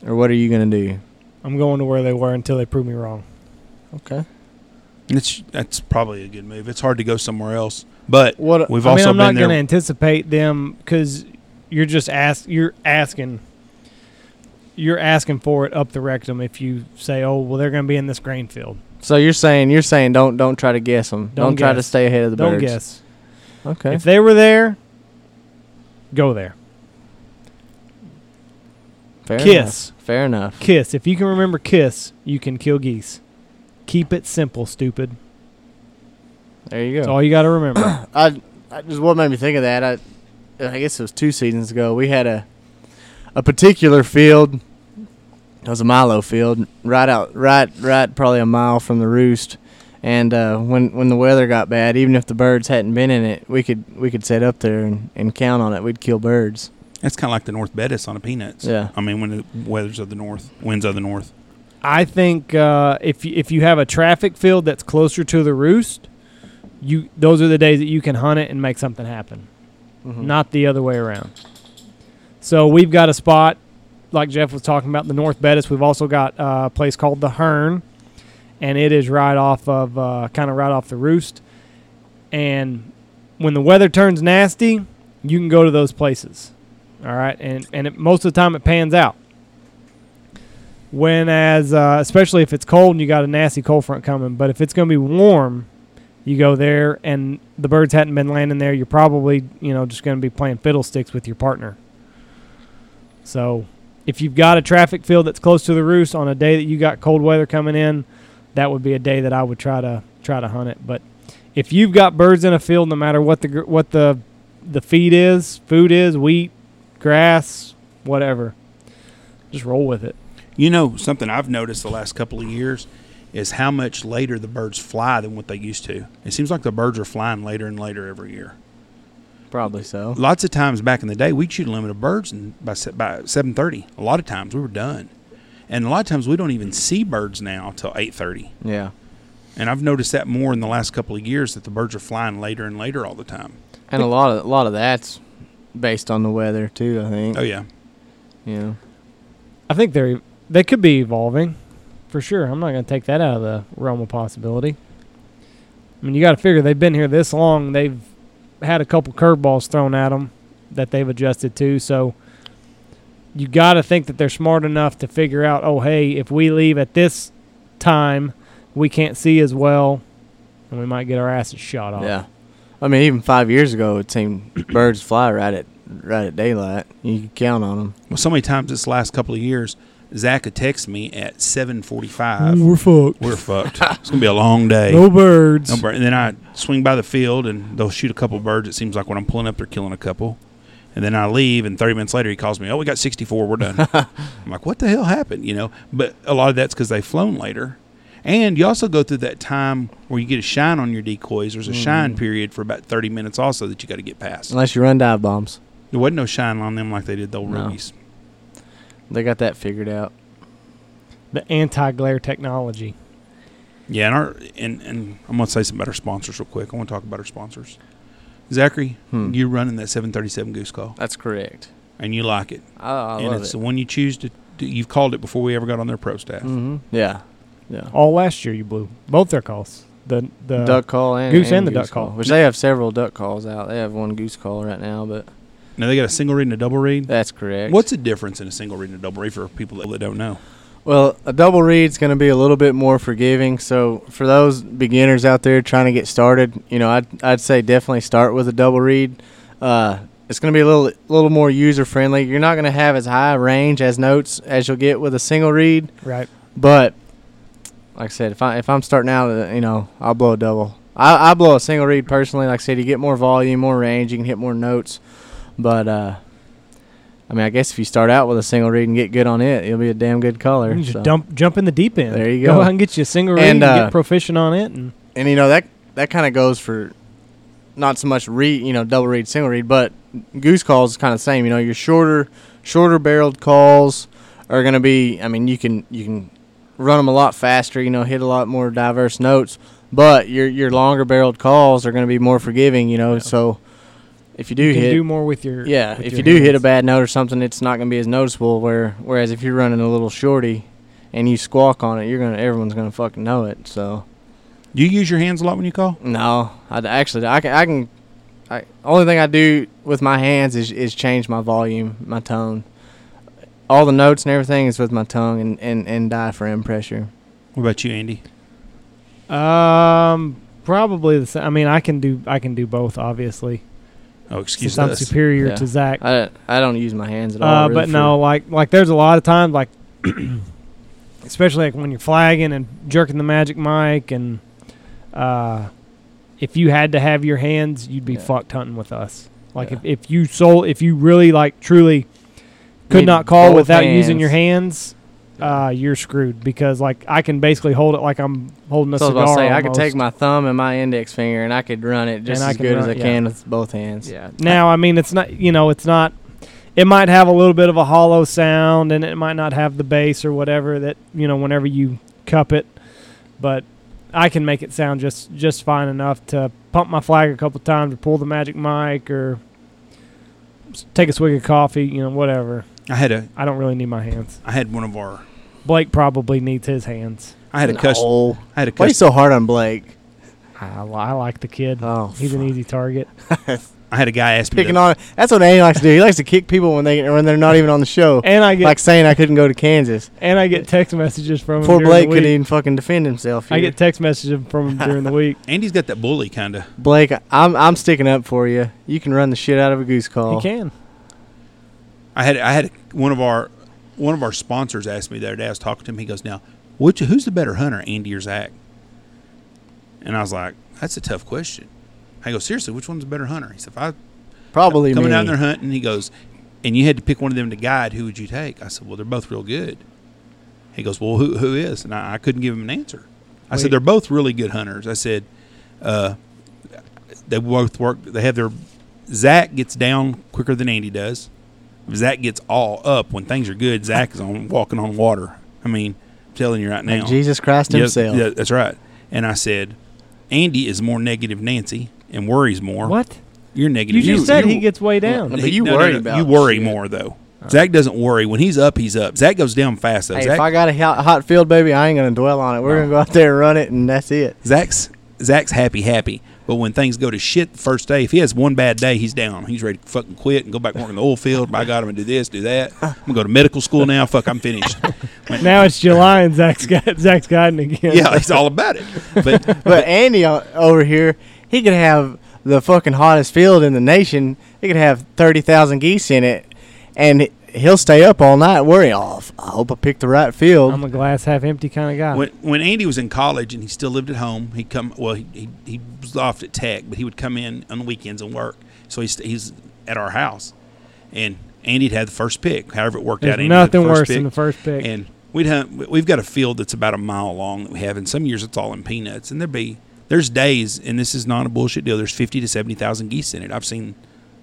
Or what are you gonna do?
I'm going to where they were until they prove me wrong.
Okay.
It's that's probably a good move. It's hard to go somewhere else, but
What
we've
I mean,
also
I'm
been
not
there.
going to anticipate them because you're just ask you're asking you're asking for it up the rectum if you say, oh well, they're going to be in this grain field.
so you're saying you're saying don't don't try to guess them. Don't,
Don't
try to
guess.
stay ahead of the
Don't
birds.
guess.
Okay.
If they were there, go there.
Fair
Kiss.
Enough. Fair enough.
Kiss. If you can remember kiss, you can kill geese. Keep it simple, stupid.
There you
That's
go.
all you got
*coughs* *clears throat*
to remember.
I, I just what made me think of that. I I guess it was two seasons ago. We had a a particular field. It was a Milo field, right out, right, right, probably a mile from the roost. And uh, when when the weather got bad, even if the birds hadn't been in it, we could we could set up there and, and count on it. We'd kill birds.
That's kind of like the North Bettis on the peanuts.
Yeah.
I mean, when the weather's of the north, winds of the north.
I think uh, if you, if you have a traffic field that's closer to the roost, you those are the days that you can hunt it and make something happen.
Mm-hmm.
not the other way around. So we've got a spot, like Jeff was talking about, the North Bettis. We've also got uh, a place called the Hearn, and it is right off of, uh, kind of right off the roost. And when the weather turns nasty, you can go to those places. All right, and and it, most of the time it pans out. When as uh, especially if it's cold and you got a nasty cold front coming, but if it's going to be warm, you go there and the birds hadn't been landing there, you're probably, you know, just going to be playing fiddlesticks with your partner. So, if you've got a traffic field that's close to the roost on a day that you got cold weather coming in, that would be a day that I would try to try to hunt it. But if you've got birds in a field, no matter what the gr- what the the feed is, food is, wheat, grass, whatever, just roll with it.
You know, something I've noticed the last couple of years is how much later the birds fly than what they used to. It seems like the birds are flying later and later every year.
Probably so.
Lots of times back in the day, we'd shoot a limit of birds and by se- by seven thirty. A lot of times we were done, and a lot of times we don't even see birds now till eight thirty.
Yeah.
And I've noticed that more in the last couple of years that the birds are flying later and later all the time.
And a lot of a lot of that's based on the weather too. I think.
Oh yeah,
Yeah.
I think they're e, they could be evolving, for sure. I'm not going to take that out of the realm of possibility. I mean, you got to figure they've been here this long. They've had a couple curveballs thrown at them that they've adjusted to. So you got to think that they're smart enough to figure out, oh hey, if we leave at this time, we can't see as well, and we might get our asses shot off.
Yeah. I mean, even five years ago, it seemed *clears throat* birds fly right at right at daylight. You could count on them.
well, so many times this last couple of years, Zach would text me at seven forty-five.
we're fucked.
We're fucked. It's gonna be a long day.
no birds.
No bird. And then I swing by the field and they'll shoot a couple birds. It seems like when I'm pulling up, they're killing a couple. And then I leave, and 30 minutes later, he calls me, Oh, we got 64. We're
*laughs*
done. I'm like, What the hell happened? You know, but a lot of that's because they've flown later. And you also go through that time where you get a shine on your decoys.
Mm-hmm.
There's a shine period for about 30 minutes also that you got to get past.
Unless you run dive bombs,
There wasn't no shine on them like they did the old
No.
rookies.
they got that figured out.
The anti-glare technology.
Yeah, and our and, and I'm gonna say something about our sponsors real quick. I want to talk about our sponsors. Zachary,
Hmm.
you're running that 737 Goose Call,
That's correct.
and you like it.
I, I
and
love
it's
it.
the one you choose to. Do, you've called it before we ever got on their pro staff.
hmm Yeah. Yeah.
All last year, you blew both their calls. The the
duck call and
goose and the duck call.
which they have several duck calls out. They have one goose call right now, but
Now they got a single read and a double read.
that's correct.
What's the difference in a single read and a double read for people that, that don't know?
Well, a double read's going to be a little bit more forgiving. So for those beginners out there trying to get started, you know, I'd I'd say definitely start with a double read. Uh, It's going to be a little little more user friendly. You're not going to have as high range as notes as you'll get with a single read,
Right.
but like I said, if I if I'm starting out, uh, you know, I'll blow a double. I I blow a single read personally. Like I said, you get more volume, more range, you can hit more notes, but uh, I mean, I guess if you start out with a single read and get good on it, you'll be a damn good color.
You can just
so.
dump, jump in the deep end.
There you
Go
go.
out and get you a single read
And,
and,
uh,
get proficient on it. And
and you know that that kind of goes for not so much read you know double read single read but goose calls is kind of the same you know your shorter shorter barreled calls are going to be i mean you can you can run them a lot faster you know hit a lot more diverse notes but your your longer barreled calls are going to be more forgiving you know
Yeah.
so if you do
you can
hit
do more with your
yeah
with
if
your
you do hit a
hands.
bad note or something it's not going to be as noticeable where whereas if you're running a little shorty and you squawk on it you're going to everyone's going to fucking know it so
Do you use your hands a lot when you call?
no, I d- actually I can I can. I only thing I do with my hands is is change my volume, my tone. All the notes and everything is with my tongue and and and diaphragm pressure.
What about you, Andy?
Um, probably the. sa- I mean, I can do I can do both. Obviously,
Oh, excuse
since I'm
us.
superior
Yeah.
to Zach.
I I don't use my hands at all.
Uh,
really
but
for-
no, like like there's a lot of times like, *clears throat* especially like when you're flagging and jerking the magic mic and, uh, if you had to have your hands, you'd be
Yeah.
fucked hunting with us. Like
Yeah.
if if you sold if you really like truly could
Need
not call
both
without using your hands. Uh, you're screwed because like I can basically hold it like I'm holding a
So I was
cigar.
about to say I could take
almost.
my thumb and my index finger and I could run it just
And I
as
can
good as
run-
I
yeah.
can with both hands.
Yeah. Now, I mean, it's not, you know, it's not, it might have a little bit of a hollow sound and it might not have the bass or whatever that, you know, whenever you cup it, but I can make it sound just, just fine enough to pump my flag a couple times or pull the magic mic or s- take a swig of coffee, you know, whatever.
I had a
I don't really need my hands.
I had one of our
Blake probably needs his hands.
I had a
No.
customer I had a
Why are you
cus-
so hard on Blake?
I, li- I like the kid.
Oh,
He's an easy target.
I had a guy ask me
picking
the,
on. That's what Andy likes to do. He likes to kick people when they when they're not even on the show.
And I get
Like saying I couldn't go to Kansas.
and I get text messages from him.
Poor
during the
Blake couldn't
week.
even fucking defend himself.
I
here.
get text messages from him *laughs* during the week.
Andy's got that bully kind of.
Blake, I'm I'm sticking up for you. You can run the shit out of a goose call.
He can.
I had I had one of our one of our sponsors asked me the other day. I was talking to him. He goes, "Now, which who's the better hunter, Andy or Zach?" And I was like, "That's a tough question." I go, "Seriously, which one's a better hunter?" He said, "If I
Probably
coming
me.
down there hunting. He goes, and you had to pick one of them to guide. Who would you take? I said, well, they're both real good. He goes, well, who who is? And I, I couldn't give him an answer. I
Wait.
said, they're both really good hunters. I said, uh, they both work. They have their Zach gets down quicker than Andy does. Zach gets all up when things are good. Zach is on walking on water. I mean, I'm telling you right now,
Like Jesus Christ
Yes,
himself.
yeah, that's right. And I said, Andy is more negative Nancy and worries more.
What?
You're
You
negative.
just said he
you-
gets way down.
But you worry about
you worry
shit.
more though. Zach doesn't worry when he's up. He's up. Zach goes down fast though.
Hey,
Zach,
if I got a hot, hot field, baby, I ain't gonna dwell on it. We're
No.
gonna go out there and run it, and that's it.
Zach's Zach's happy, happy. But when things go to shit the first day, if he has one bad day, he's down. He's ready to fucking quit and go back work in the oil field. By God, I'm gonna do this,
*laughs*
do that. I'm gonna go to medical school now. Fuck, I'm finished.
Now it's July and Zach's got *laughs* Zach's gotten again.
yeah, he's all about it. But
*laughs*
But Andy o- over here, he could have the fucking hottest field in the nation. He could have thirty thousand geese in it, and he'll stay up all night worrying. Oh, f- I hope I picked the right field.
I'm a glass half empty kind of guy.
when when Andy was in college and he still lived at home, he'd come. Well, he he, he was off at Tech, but he would come in on the weekends and work. So he's he's at our house, and Andy'd had the first pick. However, it worked
There's
out. Andy had the
nothing
first
worse than
pick.
the first pick.
And we'd hunt, we've got a field that's about a mile long that we have, and some years it's all in peanuts. And there'd be there's days, and this is not a bullshit deal. There's fifty to seventy thousand geese in it. I've seen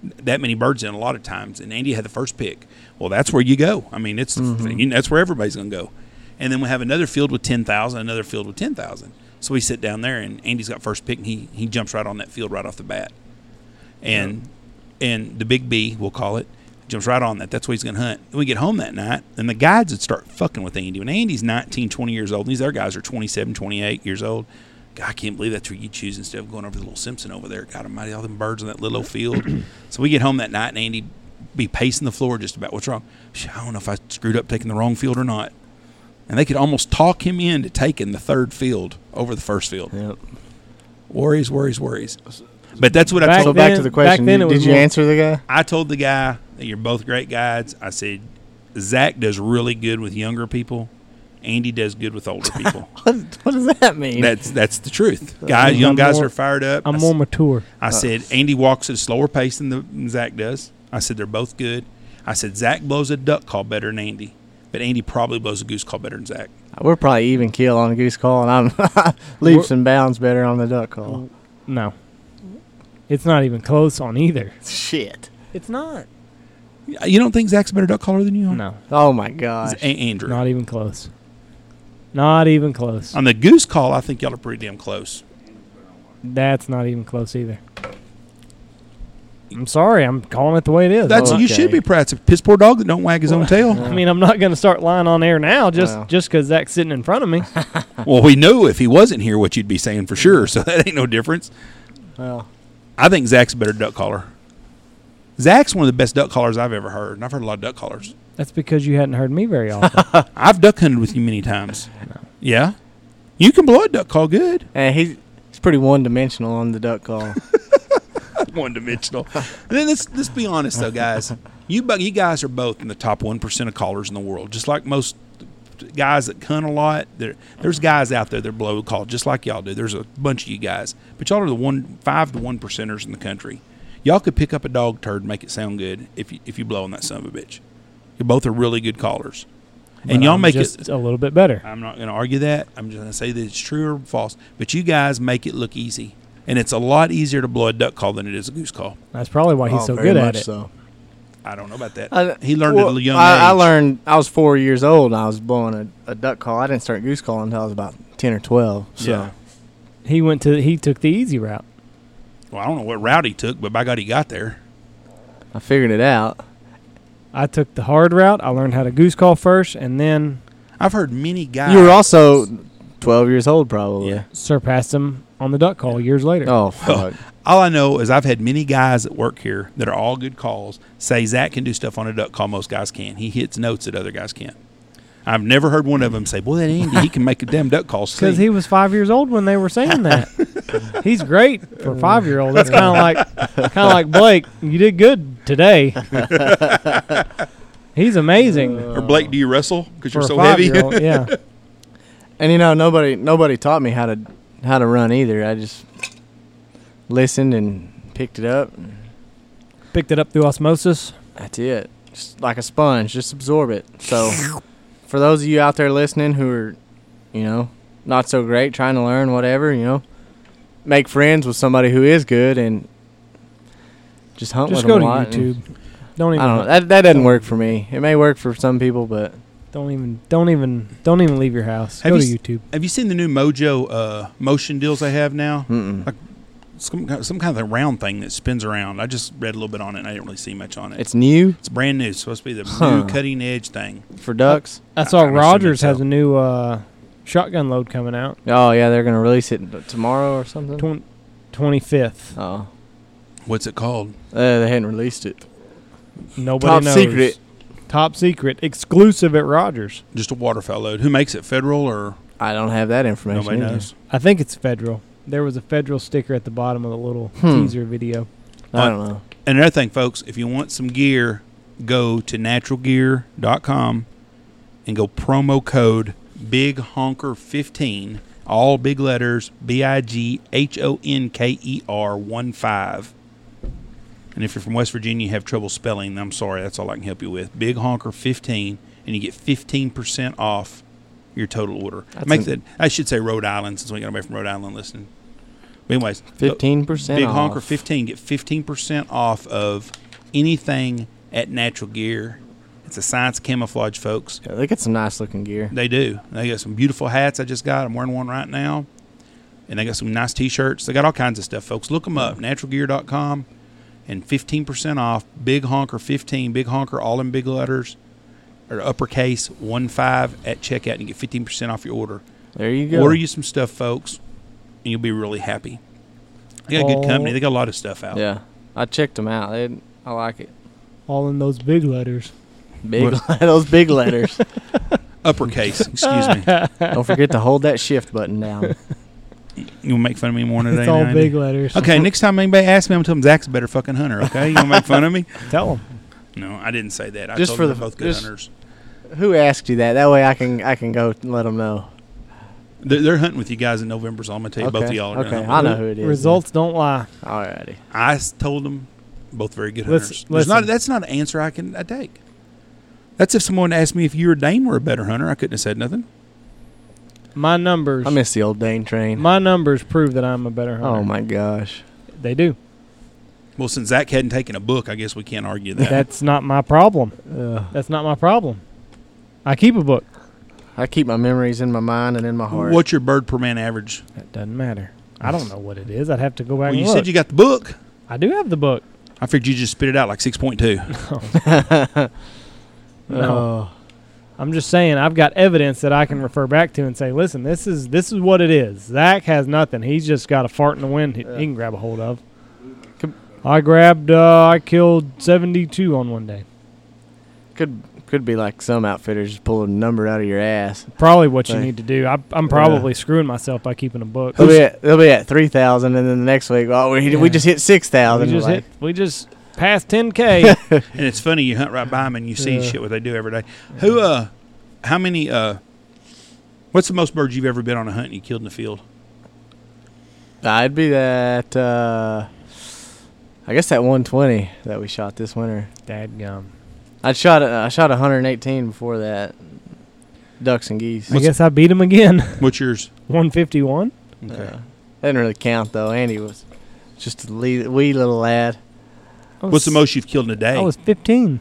that many birds in a lot of times. And Andy had the first pick. Well, that's where you go. I mean, it's
Mm-hmm.
you know, that's where everybody's going to go. And then we have another field with ten thousand, another field with ten thousand. So we sit down there, and Andy's got first pick, and he he jumps right on that field right off the bat and and the big B, we'll call it, jumps right on that. That's what he's going to hunt. We get home that night, and the guides would start fucking with Andy. When Andy's 19, 20 years old, and these other guys are 27, 28 years old, God, I can't believe that's where you choose instead of going over the little Simpson over there. God almighty, all them birds in that little old field. so we get home that night, and Andy be pacing the floor just about, what's wrong? "Shh, I don't know if I screwed up taking the wrong field or not. And they could almost talk him into taking the third field over the first field.
Yep.
Worries, worries, worries. But that's what I
Back
so
told.
back
then-
to the question:
back then it
Did
was
you
more-
answer the guy?
I told the guy that you're both great guides. I said Zach does really good with younger people. Andy does good with
*laughs*
older people.
What, what does that mean?
that's that's the truth. Guys, young
I'm
guys
more-
are fired up. I
I'm
s-
more mature.
I said Andy walks at a slower pace than, the, than Zach does. I said they're both good. I said Zach blows a duck call better than Andy, but Andy probably blows a goose call better than Zach.
We're probably even kill on a goose call, and I'm *laughs* leaps and bounds better on the duck call.
No, it's not even close on either.
Shit.
It's not.
You don't think Zach's a better duck caller than you are?
No,
Oh my
It's
gosh.
A- Andrew.
not even close. Not even close.
On the goose call, I think y'all are pretty damn close.
That's not even close either. I'm sorry. I'm calling it the way it is.
That's
Oh,
you
okay.
should be proud. It's a piss poor dog that don't wag his own
*laughs*
tail.
I mean, I'm not going to start lying on air now just
Well.
just because Zach's sitting in front
*laughs*
of me.
well, we know if he wasn't here what you'd be saying for sure, so *laughs* that ain't no difference.
Well,
I think Zach's a better duck caller. Zach's one of the best duck callers I've ever heard, and I've heard a lot of duck callers.
That's because you hadn't heard me very often.
I've duck hunted with you many times. Yeah, you can blow a duck call good.
and he's he's pretty one dimensional on the duck
*laughs*
call.
one dimensional. And then let's let's be honest though, guys. You bu- you guys are both in the top one percent of callers in the world. Just like most guys that cunt a lot, there there's guys out there that blow a call just like y'all do. There's a bunch of you guys, but y'all are the one five to one percenters in the country. Y'all could pick up a dog turd, and make it sound good if you if you blow on that son of a bitch. You both are really good callers, and
But
y'all
I'm
make it
just a little bit better.
I'm not going to argue that. I'm just going to say that it's true or false. But you guys make it look easy, and it's a lot easier to blow a duck call than it is a goose call.
That's probably why he's
Oh,
so
very
good
much
at it.
So.
I don't know about that.
Uh,
I-
he learned
well,
at a young
I, I
age.
learned. I was four years old, and I was blowing a, a duck call. I didn't start goose calling until I was about ten or twelve. So
Yeah.
He went to he took the easy route.
Well, I don't know what route he took, but by God, he got there.
I figured it out.
I took the hard route. I learned how to goose call first, and then
I've heard many guys.
You were also twelve years old, probably.
Ah. Yeah.
surpassed him on the duck call years
*laughs*
later.
Oh fuck.
All I know is I've had many guys that work here that are all good calls say Zach can do stuff on a duck call most guys can. He hits notes that other guys can't. I've never heard one of them say, "Boy, that Andy, he can make a damn duck
*laughs*
call." sing."
Because he was five years old when they were saying that.
*laughs*
He's great
Mm.
for five year old. That's kind of like kind of like Blake. You did
*laughs*
good today. He's amazing.
Uh,
or Blake, do you wrestle? Because
for
you're
a
so heavy.
*laughs*
five-year-old. yeah.
and you know, nobody nobody taught me how to how to run either. I just listened and picked it up.
Picked it up through osmosis.
That's it. Just like a sponge, just absorb it. So, for those of you out there listening who are, you know, not so great, trying to learn whatever, you know, make friends with somebody who is good and just hunt
Just
with
go
them a
to
lot. and-
YouTube. Don't even
I don't know. That, that doesn't work for me. It may work for some people, but
don't even don't even don't even leave your house.
Have
go to
you
YouTube.
*laughs* Have you seen the new Mojo uh, motion deals they have now?
mm-mm.
Some ki- some kind of a round thing that spins around. I just read a little bit on it. and I didn't really see much on it. It's,
it's new
brand new. It's supposed to be the
Huh.
new cutting edge thing.
for ducks.
I
I'm
saw
assuming
Rogers has
so.
a new uh, shotgun load coming out.
Oh yeah, they're gonna release it tomorrow or something.
Twen- 25th.
Oh,
What's it called?
uh, they hadn't released it.
Nobody
Top
knows.
secret.
Top secret. Exclusive at Rogers.
Just a waterfowl load. Who makes it? Federal or
I don't have that information.
nobody
either.
knows?
I think it's federal. There was a federal sticker at the bottom of the little
Hmm.
teaser video.
I don't know.
And another thing, folks, if you want some gear, go to naturalgear.com and go promo code Big Honker 15, all big letters, B I G H O N K E R 1 5. And if you're from West Virginia, you have trouble spelling, I'm sorry, that's all I can help you with. Big Honker 15, and you get 15% off your total order.
That's
Make
an-
that, I should say Rhode Island, since we got away from Rhode Island listening. But anyways, go-
Fifteen percent.
Big Honker 15. Get 15% off of anything at Natural Gear. It's a science camouflage, folks.
Yeah, they get some nice looking gear.
They do. They got some beautiful hats I just got. I'm wearing one right now. And they got some nice t shirts. They got all kinds of stuff, folks. Look them up, naturalgear.com. And 15% off, Big Honker 15, Big Honker, all in big letters, or uppercase 1 5 at checkout. And you get 15% off your order.
There you go.
Order you some stuff, folks, and you'll be really happy. They got good
Oh.
company. They got a lot of stuff out.
Yeah, I checked them out. They, I like it.
All in those big letters.
Big *laughs* those big letters.
uppercase. Excuse me.
Don't forget to hold that shift button down.
*laughs* You want to make fun of me more than
It's
today?
all
now,
big
ain't
letters.
you? Okay, next time anybody asks me, I'm telling them Zach's a better fucking hunter. Okay, you want to make fun
*laughs*
of me?
Tell them.
No, I didn't say that. I
Just
told
for
them
the-
they're both good
just-
hunters.
*laughs* Who asked you that? That way I can I can go and let them know.
They're, they're hunting with you guys in November, so I'm gonna tell you both of
Okay,
y'all are
okay.
gonna
I
hunt.
know who it is.
Results don't lie.
Alrighty.
I s- told them both very good
Let's-
hunters. There's not
listen.
that's not an answer I can I take. That's if someone asked me if you or Dane were a better hunter, I couldn't have said nothing.
My numbers.
I miss the old Dane train.
my numbers prove that I'm a better hunter.
Oh my gosh.
*laughs*
They do.
Well, since Zach hadn't taken a book, I guess we can't argue that.
That's not my problem.
Ugh.
That's not my problem. I keep a book.
I keep my memories in my mind and in my heart. *laughs*
What's your bird per man average?
That doesn't matter. I don't know what it is. I'd have to go back
Well, you
and look.
said you got the book.
I do have the book.
I figured you just spit it out like six point two.
No. I'm just saying I've got evidence that I can refer back to and say, listen, this is this is what it is. Zach has nothing. He's just got a fart in the wind he, he can grab a hold of.
Com-
I grabbed uh, I killed seventy two on one day.
Could could be like some outfitters just pulling a number out of your ass.
Probably what you
Thank-
need to do. I, I'm probably screwing myself by keeping a book.
They'll be at, they'll be at three thousand, and then the next week, oh, we,
Yeah.
we just hit six
we
thousand.
just hit, we just passed
*laughs*
ten k.
and it's funny you hunt right by them and you see
Yeah.
shit what they do every day. Who uh, how many uh, what's the most birds you've ever been on a hunt and you killed in the field?
I'd be that. Uh, I guess that 120 that we shot this winter.
Dadgum.
I shot a- I shot 118 before that. Ducks and geese.
I guess I beat him again. *laughs*
What's yours?
one fifty one.
Uh, didn't really count though. Andy was just a le- wee little lad.
What's the most you've killed in a day?
I was fifteen.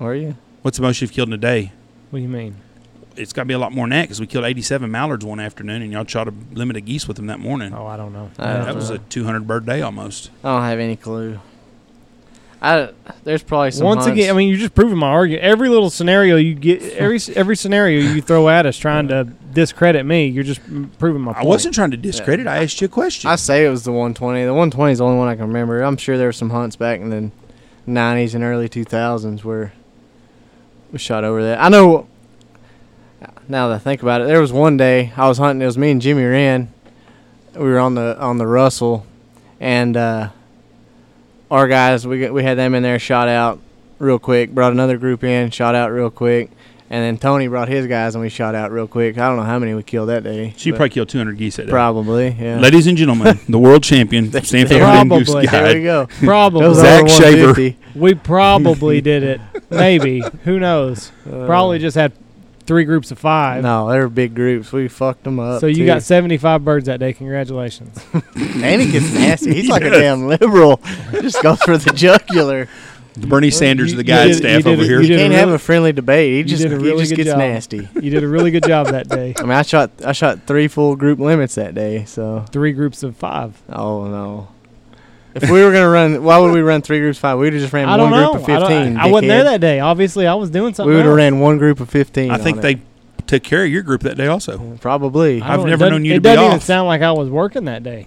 Were you?
What's the most you've killed in a day?
What do you mean?
It's got to be a lot more than that because we killed 87 mallards one afternoon and y'all shot a limit of geese with them that morning.
Oh, I don't know.
I
that
don't
was
know.
a 200 bird day almost.
I don't have any clue. I there's probably some.
Once
hunts-
again, I mean, you're just proving my argument. Every little scenario
*laughs*
you get, every every scenario you throw at us trying to discredit me, you're just m- proving my
I
*laughs*
point.
wasn't trying to discredit. I asked you a question.
I say it was the 120. The 120 is the only one I can remember. I'm sure there were some hunts back in the 90s and early 2000s where we shot over that. I know. Now that I think about it, there was one day I was hunting. It was me and Jimmy Wren. We were on the on the Russell, and uh, our guys we got- we had them in there shot out real quick. Brought another group in, shot out real quick, and then Tony brought his guys and we shot out real quick. I don't know how many we killed that day.
so you
but
probably killed 200 geese that day.
probably yeah.
Ladies and gentlemen, the world
*laughs*
champion, Stanford
there
Golden Goose
probably.
There we
Guide.
go.
probably
was Zach
only
Shaver.
150.
we probably
*laughs*
did it. Maybe who knows? Probably just had three groups of five.
No, Uh, they were big groups. We fucked them up.
so you
too.
got 75 birds that day. Congratulations.
Andy gets nasty. He's
*laughs*
like a damn liberal. Just goes for the jugular.
The Bernie Sanders of
you-
the
you
guide
did- you
staff
did
over
it-
here.
you did-
Can't
a
have
really-
a friendly debate. He
you
just
did a
he
really
just
good
gets
job.
nasty.
You did a really good job
*laughs*
that day.
I mean, I shot I shot three full group limits that day. So
Three groups of five.
oh no. If we were gonna run, why would we run three groups of five? We'd have just ran
I
one
don't know.
group of
I, don't-
fifteen.
I wasn't there
dickhead.
that day. Obviously, I was doing something.
We would have
else.
ran one group of fifteen.
I think
on
they
it.
took care of your group that day also.
probably.
I
I've
don't- it
never
doesn't-
known you
it
to be
doesn't even
off.
sound like I was working that day.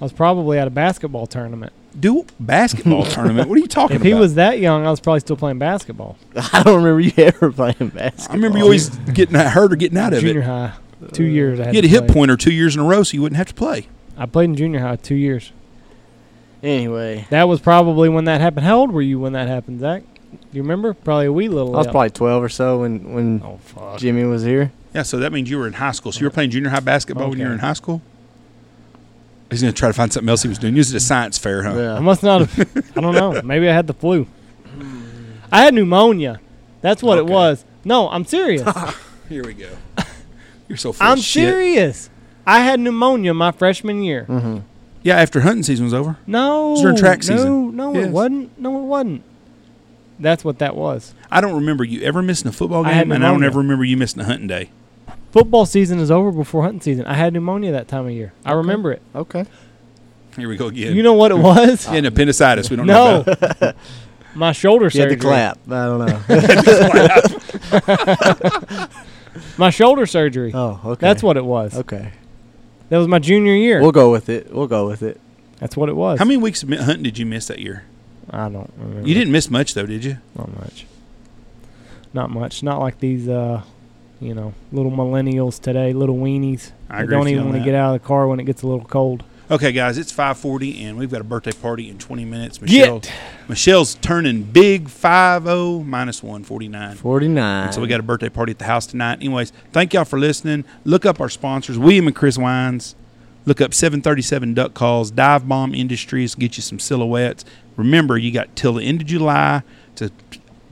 I was probably at a basketball tournament.
Do
*laughs*
basketball tournament. What are you talking
If
about?
he was that young, I was probably still playing basketball.
*laughs* I don't remember you ever playing basketball.
I remember you always getting that hurt or getting out of
junior
it.
high, two years. I had
You had
to
a hit
play.
pointer two years in a row, so you wouldn't have to play.
I played in junior high two years.
Anyway,
That was probably when that happened. How old were you when that happened, Zach? Do you remember? Probably a wee
I
little.
was
lad.
probably twelve or so when when
Oh fuck.
Jimmy was here.
Yeah, so that means you were in high school. So you were playing junior high basketball when you were
Oh. Okay.
in high school. He's gonna try to find something else he was doing. He was at a science fair, huh?
*laughs* I must not have. I don't know. Maybe I had the flu. I had pneumonia. That's what
Okay.
it was. No,
*laughs*
I'm serious.
Here we
*laughs*
go. You're so full
I'm
of shit.
serious. I had pneumonia my freshman year.
Mm-hmm.
Yeah, after hunting season was over,
No.
was during track season.
No, no,
Yes.
it wasn't. No, it wasn't. That's what that was.
I don't remember you ever missing a football
I
game,
had
and I don't
pneumonia.
ever remember you missing a hunting day.
Football season is over before hunting season. I had pneumonia that time of year. I remember it.
Okay.
Here we go again.
You know what it was?
yeah, an appendicitis. We don't know.
*laughs* no.
About.
my shoulder
You had
surgery.
to clap. I don't
*laughs*
know. *laughs*
My shoulder surgery.
oh, okay.
That's what it was.
Okay.
That was my junior year.
We'll go with it. We'll go with it.
That's what it was.
How many weeks of mi- hunting did you miss that year?
I don't remember.
You didn't miss much though, did you?
Not much. Not much. Not like these uh, you know, little millennials today, little weenies.
I
that
agree
don't
with you
even
on
want to
that.
get out of the car when it gets a little cold.
Okay, guys, it's 5:40, and we've got a birthday party in 20 minutes. Michelle, Michelle's turning big 50 minus 149.
49.
So we got a birthday party at the house tonight. Anyways, thank y'all for listening. Look up our sponsors, William and Chris Wines. Look up 737 Duck Calls, Dive Bomb Industries, get you some silhouettes. Remember, you got till the end of July to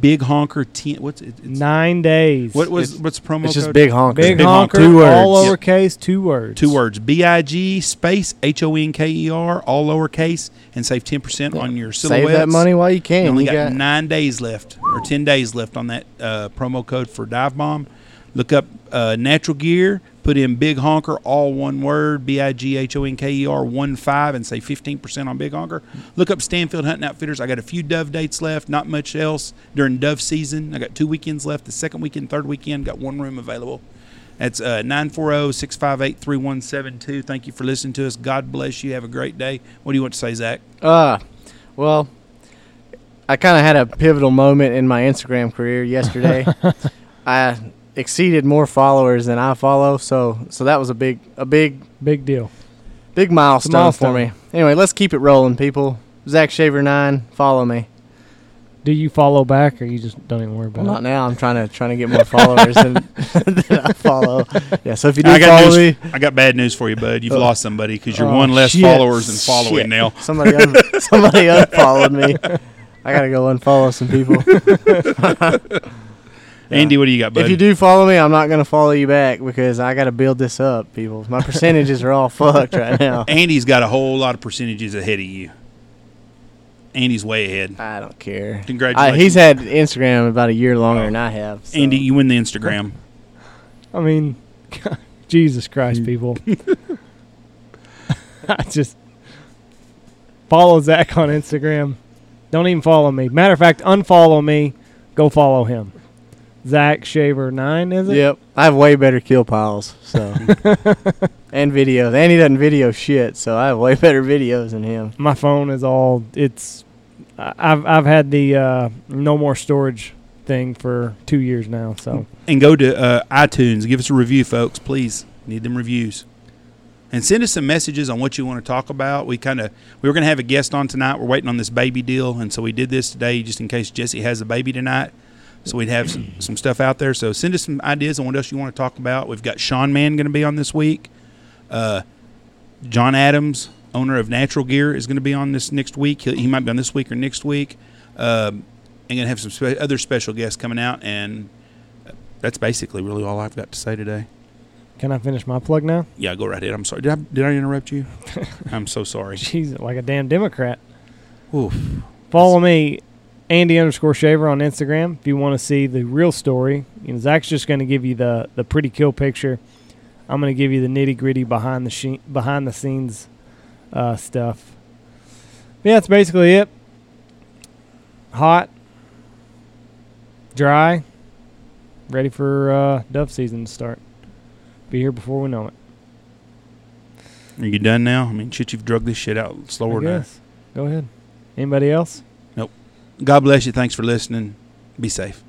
Big Honker 10. What's it? It's,
Nine days.
what was
it's-
what's the promo
It's just
code?
big honker.
Big,
Big honker,
honker,
Two words.
all
Yep.
lowercase, two words.
Two words: B I G space H O N K E R, all lowercase, and save ten percent on your silhouettes.
Save that money while you
You
can.
only
You
got,
got,
nine days left, or ten days left on that uh, promo code for Dive Bomb. Look up uh, Natural Gear. Put in Big Honker, all one word, B I G H O N K E R one five, and say fifteen percent on Big Honker. Look up Stanfield Hunting Outfitters. I got a few dove dates left, not much else during dove season. I got two weekends left. The second weekend, third weekend, got one room available. That's uh, 940 658 3172. Thank you for listening to us. God bless you. Have a great day. What do you want to say, Zach?
uh, well, I kind of had a pivotal moment in my Instagram career
*laughs*
yesterday. I exceeded more followers than I follow, so so that was a big a big
Big deal.
big milestone,
milestone.
for me. Anyway, let's keep it rolling, people. Zach Shaver nine, follow me.
Do you follow back, or you just don't even worry about
Well, not
it?
now. I'm trying to trying to get more followers than, than I follow. Yeah, so if you do
I got
follow
news-
me,
I got bad news for you, bud. You've
Uh,
lost somebody because you're
oh,
one less
shit.
followers and following
Shit.
now.
somebody
*laughs*
un- somebody unfollowed me. I gotta go unfollow some
*laughs*
people. Yeah.
Andy, what do you got, bud?
If you do follow me, I'm not gonna follow you back because I gotta build this up, people. My percentages are all fucked right
*laughs*
now.
Andy's got a whole lot of percentages ahead of you. Andy's way ahead.
I don't care. I,
Congratulations,
he's had Instagram about a year longer than I have. so.
Andy. You win the Instagram.
I mean, *laughs* Jesus Christ, people. *laughs* I just follow Zach on Instagram. Don't even follow me. Matter of fact, unfollow me. Go follow him. Zach Shaver nine is it?
Yep, I have way better kill piles.
*laughs*
So and videos. Andy doesn't video shit, so I have way better videos than him.
My phone is all. It's. I- I've I've had the uh, no more storage thing for two years now. So
And go to uh, iTunes. Give us a review, folks. Please need them reviews. And send us some messages on what you want to talk about. We kind of we were going to have a guest on tonight. We're waiting on this baby deal, and so we did this today just in case Jesse has a baby tonight. So we'd have some, some stuff out there. So send us some ideas on what else you want to talk about. We've got Sean Mann going to be on this week. Uh, John Adams, owner of Natural Gear, is going to be on this next week. He, he might be on this week or next week. Um, and going to have some spe- other special guests coming out. And that's basically really all I've got to say today.
can I finish my plug now?
Yeah, go right ahead. I'm sorry. Did I, did I interrupt
*laughs*
you? I'm so sorry.
Jeez, like a damn Democrat.
Oof.
Follow me, Andy underscore Shaver on Instagram if you want to see the real story. You know, Zach's just going to give you the the pretty kill picture. I'm going to give you the nitty gritty behind the she- behind the scenes uh, stuff. But yeah, that's basically it. Hot, dry, ready for uh, dove season to start. Be here before we know it.
Are you done now? I mean, shit, you've drugged this shit out slower
I
than I-
guess. Go ahead. Anybody else?
God bless you. Thanks for listening. Be safe.